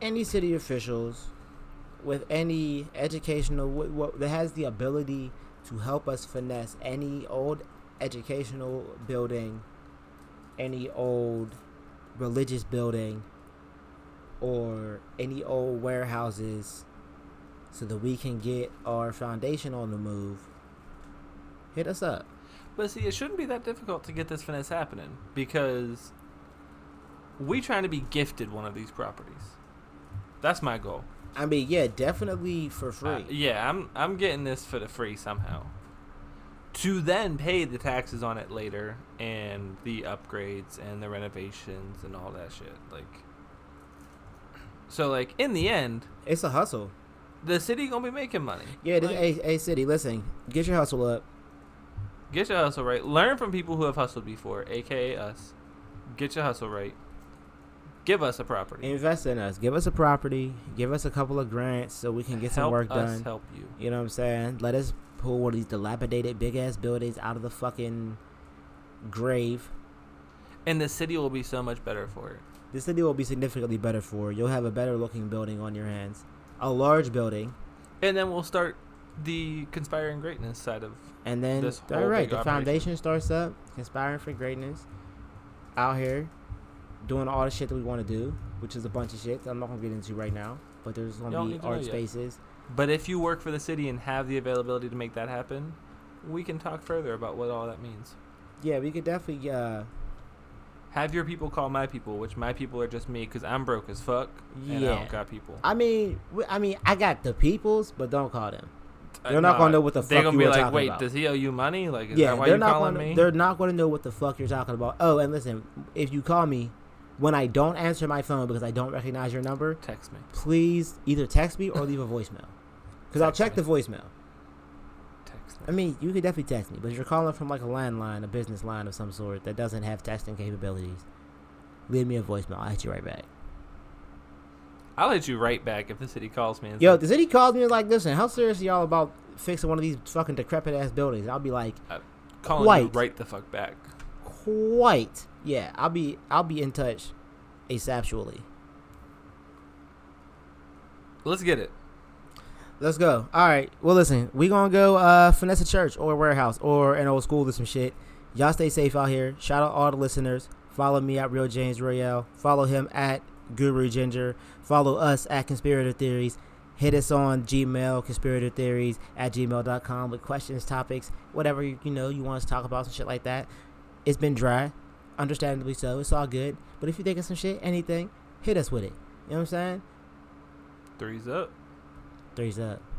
any city officials with any educational w- w- that has the ability to help us finesse any old educational building, any old religious building, or any old warehouses, so that we can get our foundation on the move. Hit us up.
But see, it shouldn't be that difficult to get this finesse happening because we trying to be gifted one of these properties. That's my goal.
I mean, yeah, definitely for free.
Uh, yeah, I'm I'm getting this for the free somehow. To then pay the taxes on it later and the upgrades and the renovations and all that shit. Like So like in the end,
it's a hustle.
the city gonna be making money.
Yeah, this,
Like,
hey, hey, city, listen, get your hustle up.
Get your hustle right. Learn from people who have hustled before, aka us. Get your hustle right. Give us a property.
Invest in us. Give us a property. Give us a couple of grants so we can get some
help
work
us
done.
help you.
You know what I'm saying? Let us pull one of these dilapidated big ass buildings out of the fucking grave.
And the city will be so much better for it.
This city will be significantly better for. it. You'll have a better looking building on your hands. A large building.
And then we'll start the conspiring greatness side of
And then
This whole
all right,
big
the
operation.
foundation starts up, conspiring for greatness. Out here doing all the shit that we want to do, which is a bunch of shit that I'm not gonna get into right now. But there's
You don't
gonna be
need to know
art
yet.
spaces.
But if you work for the city and have the availability to make that happen, we can talk further about what all that means.
Yeah, we could definitely uh
Have your people call my people, which my people are just me because I'm broke as fuck and I
Yeah.
don't got people.
I mean we- I mean I got the peoples, but don't call them.
Uh,
they're not
no,
gonna know what the
They're
fuck
gonna
you
be
were
like,
talking
wait,
about."
does he owe you money? Like, is
yeah,
that why
they're
you're
not
calling
gonna,
me?
They're not going to know what the fuck you're talking about. Oh, and listen, if you call me when I don't answer my phone because I don't recognize your number,
Text me.
please either text me or leave a voicemail. Because I'll check
Text me.
the voicemail.
Text
I
me.
mean, you could definitely text me, but if you're calling from like a landline, a business line of some sort that doesn't have texting capabilities, leave me a voicemail. I'll hit you right back.
I'll hit you right back if the city calls me. And
Yo,
says,
if the city calls me and like, listen, how serious are y'all about fixing one of these fucking decrepit ass buildings? I'll be like,
calling you
quite.
right the fuck back.
quite. Yeah, I'll be I'll be in touch asexually.
Let's get it.
Let's go. All right. Well, listen, we gonna go uh, finesse a church or a warehouse or an old school to some shit. Y'all stay safe out here. Shout out all the listeners. Follow me at Real James Royale. Follow him at Guru Ginger. Follow us at Conspirator Theories. Hit us on Gmail, conspirator theories at gmail.com with questions, topics, whatever you you know you want us to talk about, some shit like that. It's been dry, understandably so. It's all good. But if you think of some shit, anything, hit us with it. You know what I'm saying?
Three's up.
Three's up.